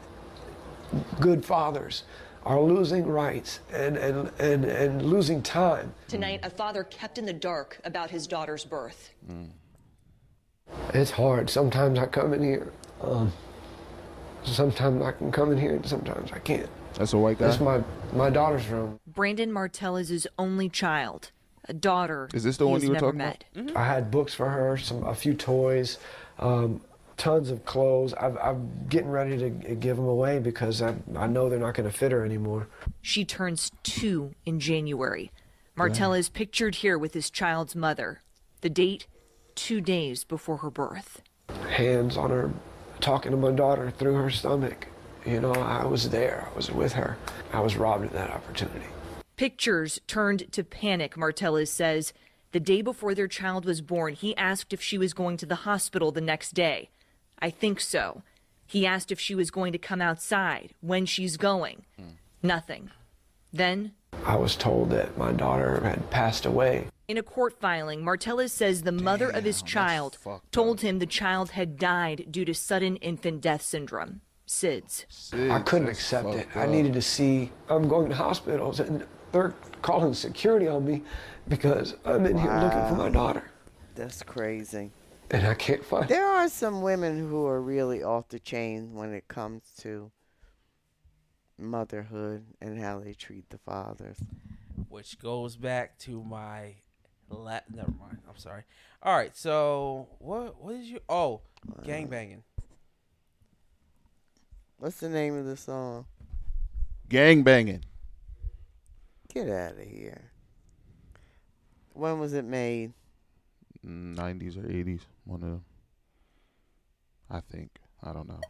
good fathers are losing rights and and and, and losing time
Tonight, a father kept in the dark about his daughter's birth.
it's hard sometimes i come in here um, sometimes i can come in here and sometimes i can't
that's a white
guy?
that's my my daughter's room
Brandon Martell is his only child, a daughter. he has never met.
Mm-hmm.
Mm-hmm.
Mm-hmm.
I had books for her, some a few toys, um, tons of clothes. I've, I'm getting ready to g- give them away because I, I know they're not going to fit her anymore.
She turns two in January. Martell
Dang.
is pictured here with his child's mother. The date, two days before her birth.
Hands on her, talking to my daughter through her stomach. You know, I was there. I was with her. I was robbed of that opportunity.
Pictures turned to panic, Martellus says. The day before their child was born, he asked if she was going to the hospital the next day. I think so. He asked if she was going to come outside, when she's going. Nothing. Then,
I was told that my daughter had passed away.
in a court filing, Martellus says the mother of his child told him the child had died due to sudden infant death syndrome. SIDS.
I couldn't accept it. I needed to see. I'm going to hospitals, and they're calling security on me because I'm in here looking for my
Wow.
daughter,
That's crazy.
and I can't find.
There are some women who are really off the chain when it comes to motherhood and how they treat the fathers.
which goes back to my la- never mind i'm sorry all right so what what is your oh gang banging
What's the name of the song?
Gang banging.
Get out of here. When was it made?
Nineties or eighties, one of them. I think. I don't know.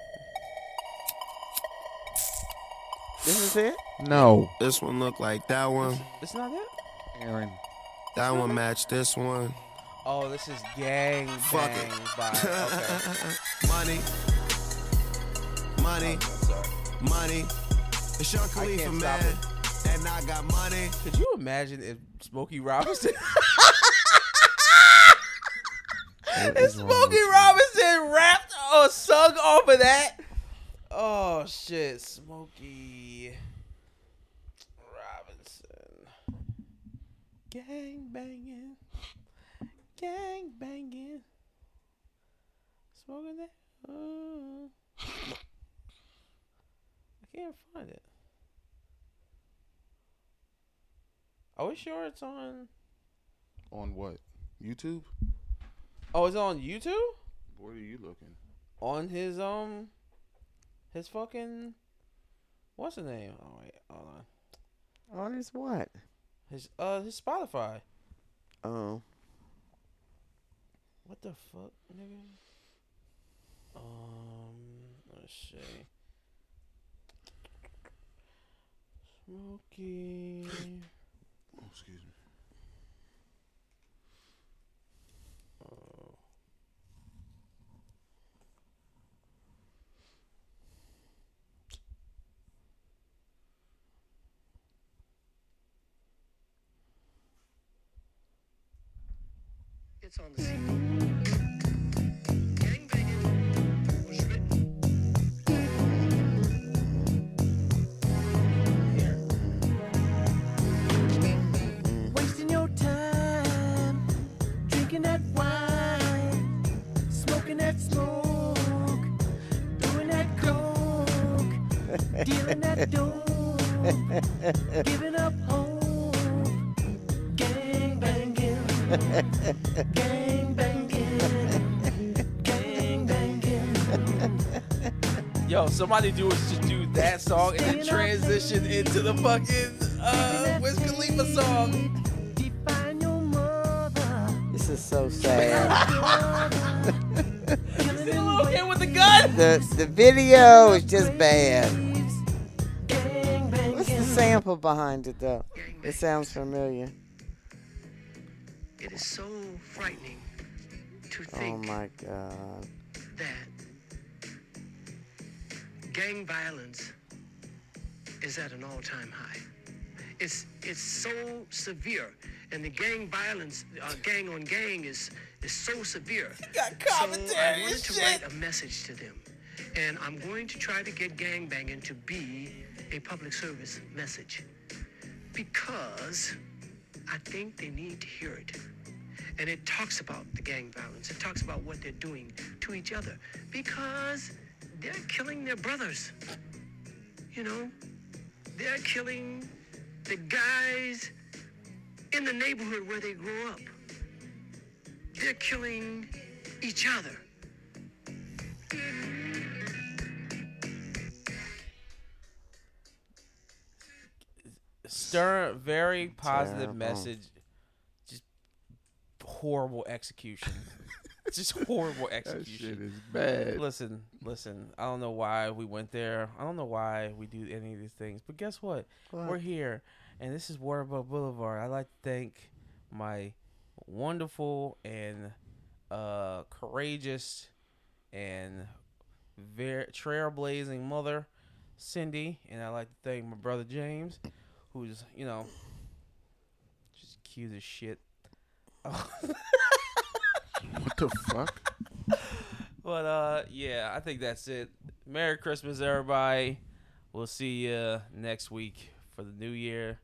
This is it?
No.
This one look like that one.
it's not it
Aaron.
That one match this one.
oh this is gang
Fuck
bang
it.
by okay Oh,
Money. Money. Money. It's Sean Khalifa, man. And I got money.
could you imagine if smokey robinson if smokey robinson rapped or sung off of that oh shit smokey robinson Gang banging. Gang banging. Smoking that. Uh, I can't find it. Are we sure it's on?
On what? YouTube?
Oh, it's on YouTube.
Where are you looking?
On his um, his fucking, what's the name? Oh wait, hold on.
On his what?
His uh, his Spotify.
Oh.
What the fuck, nigga? Um, let's see. Smokey.
Oh, excuse me.
It's on the
Wasting your time, drinking that wine, smoking that smoke, doing that coke, dealing that dope, giving up hope, gang banging, gang banging, gang banging.
Yo, somebody do should do that song and then transition into the fucking uh Wiz Khalifa song.
Find your mother.
This is so sad.
little kid with a gun.
the the video is just bad. What's the sample behind it though? It sounds familiar.
It is so frightening to
Oh
think
my god.
that gang violence is at an all-time high. It's it's so severe, and the gang violence, uh, gang on gang, is is so severe.
got
so I
commentary
wanted
and
to
shit.
write a message to them, and I'm going to try to get gang banging to be a public service message because I think they need to hear it. And it talks about the gang violence. It talks about what they're doing to each other because they're killing their brothers. You know, they're killing the guys in the neighborhood where they grow up. They're killing each other.
Stern, very positive
Terrible.
message. Just horrible execution. just horrible execution.
is bad.
Listen, listen. I don't know why we went there. I don't know why we do any of these things. But guess what?
What?
We're here, and this is Waterbuck Boulevard. I'd like to thank my wonderful and uh, courageous and very trailblazing mother, Cindy, and I'd like to thank my brother James, who's you know just cute as shit.
What the fuck?
But uh, yeah, I think that's it. Merry Christmas, everybody. We'll see you next week for the new year,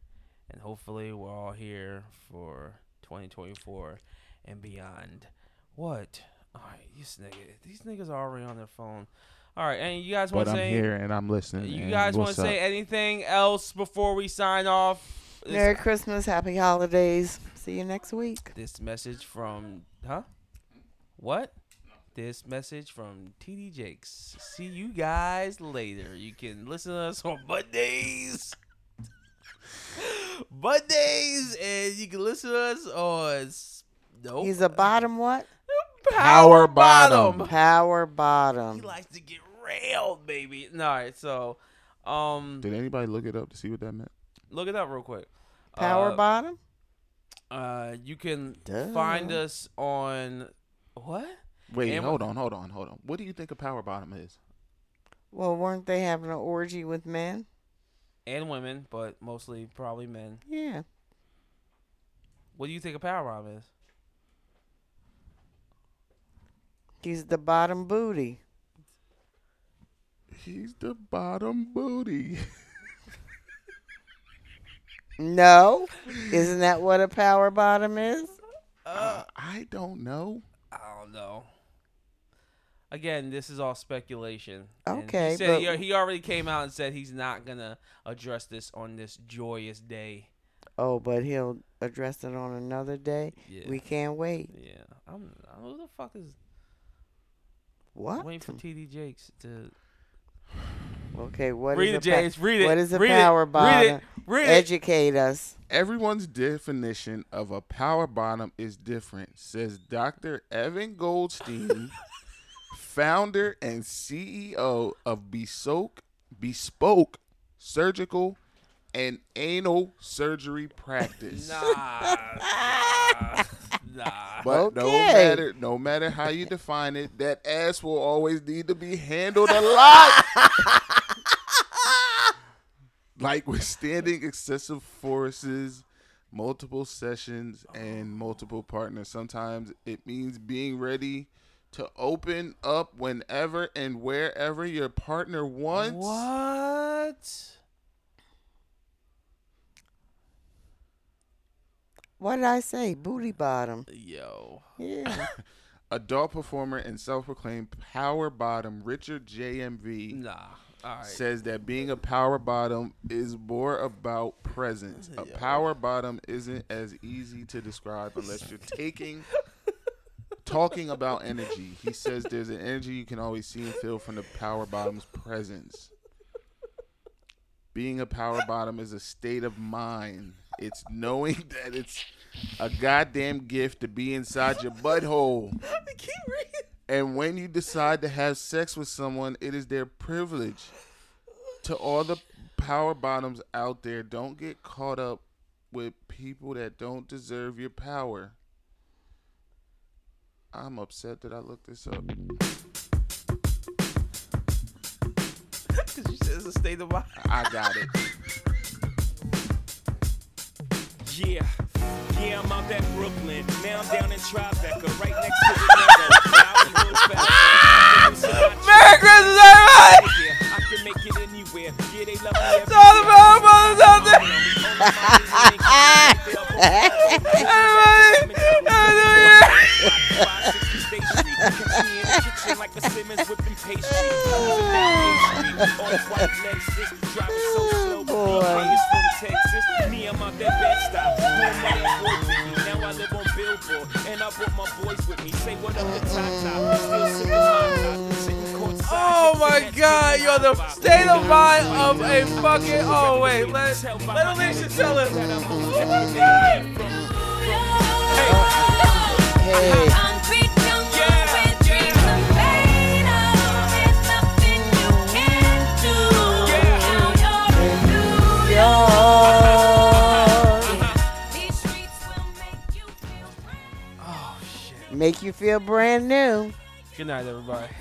and hopefully, we're all here for 2024 and beyond. What? All right, these niggas, these niggas are already on their phone. All right, and you guys want
But
to
I'm
say
here and I'm listening.
You
and
guys want to
what's up?
say anything else before we sign off? This-
Merry Christmas, happy holidays. See you next week.
This message from huh? What? This message from TD Jakes. See you guys later. You can listen to us on Mondays. Mondays, and you can listen to us on. s- Nope.
He's a bottom what?
Power bottom. bottom.
Power bottom.
He likes to get railed, baby. All right, so um,
Did anybody look it up to see what that meant?
look it up real quick.
Power
Uh,
bottom?
Uh, you can
Duh.
find us on what?
Wait,
Am-
hold on, hold on, hold on. What do you think a power bottom is?
Well, weren't they having an orgy with men?
and women, but mostly probably men.
Yeah.
What do you think a power bomb is?
He's the bottom booty.
He's the bottom booty.
No? Isn't that what a power bottom is?
Uh, I don't know.
I don't know. Again, this is all speculation. And
Okay,
he, said
but-
he, he already came out and said he's not gonna address this on this joyous day.
Oh, but he'll address it on another day.
Yeah.
We can't wait.
Yeah, I'm. I'm- Who the fuck is
What?
waiting for TD Jakes to
Okay, what is
Read
a
it, James, read it,
What is a
read it,
power
read it,
bottom?
read it.
Educate us.
Everyone's definition of a power bottom is different, says Dr. Evan Goldstein, founder and CEO of Bespoke, Bespoke Surgical and Anal Surgery Practice.
nah, nah, nah.
But no matter no matter how you define it, that ass will always need to be handled a lot. like withstanding excessive forces, multiple sessions, and multiple partners. Sometimes it means being ready to open up whenever and wherever your partner wants.
What?
What did I say? Booty bottom.
Yo.
Yeah.
Adult performer and self-proclaimed power bottom Richard JMV
Nah, all right.
says that being a power bottom is more about presence. A power bottom isn't as easy to describe unless you're taking talking about energy. He says there's an energy you can always see and feel from the power bottom's presence. Being a power bottom is a state of mind. It's knowing that it's a goddamn gift to be inside your butthole. And when you decide to have sex with someone, it is their privilege. To all the power bottoms out there, don't get caught up with people that don't deserve your power. I'm upset that I looked this up.
Because you said it's a state of mind.
I got it.
Yeah, yeah, I'm out that Brooklyn. Now I'm down in Tribeca, right next to the ghetto. Now I'm real fast.
Merry Christmas, everybody!
Yeah, I can make it anywhere. Yeah, they love me
It's all the power bombs out there. Everybody, happy
New Year. Catch me in the kitchen like the Simmons whipping pastry. I was in that pastry. Off-white Lexus, driving so slow. Niggas from Texas. Me, I'm out that bed stop. Now I live on Billboard, and I brought my boys with me. Say what up to Tata. Still sipping hot top, sitting courtside.
Oh my god, yo, the state of mind of a fucking. Oh, wait, let, let Alicia tell it. Oh my god!
Make you feel brand new.
Good night, everybody.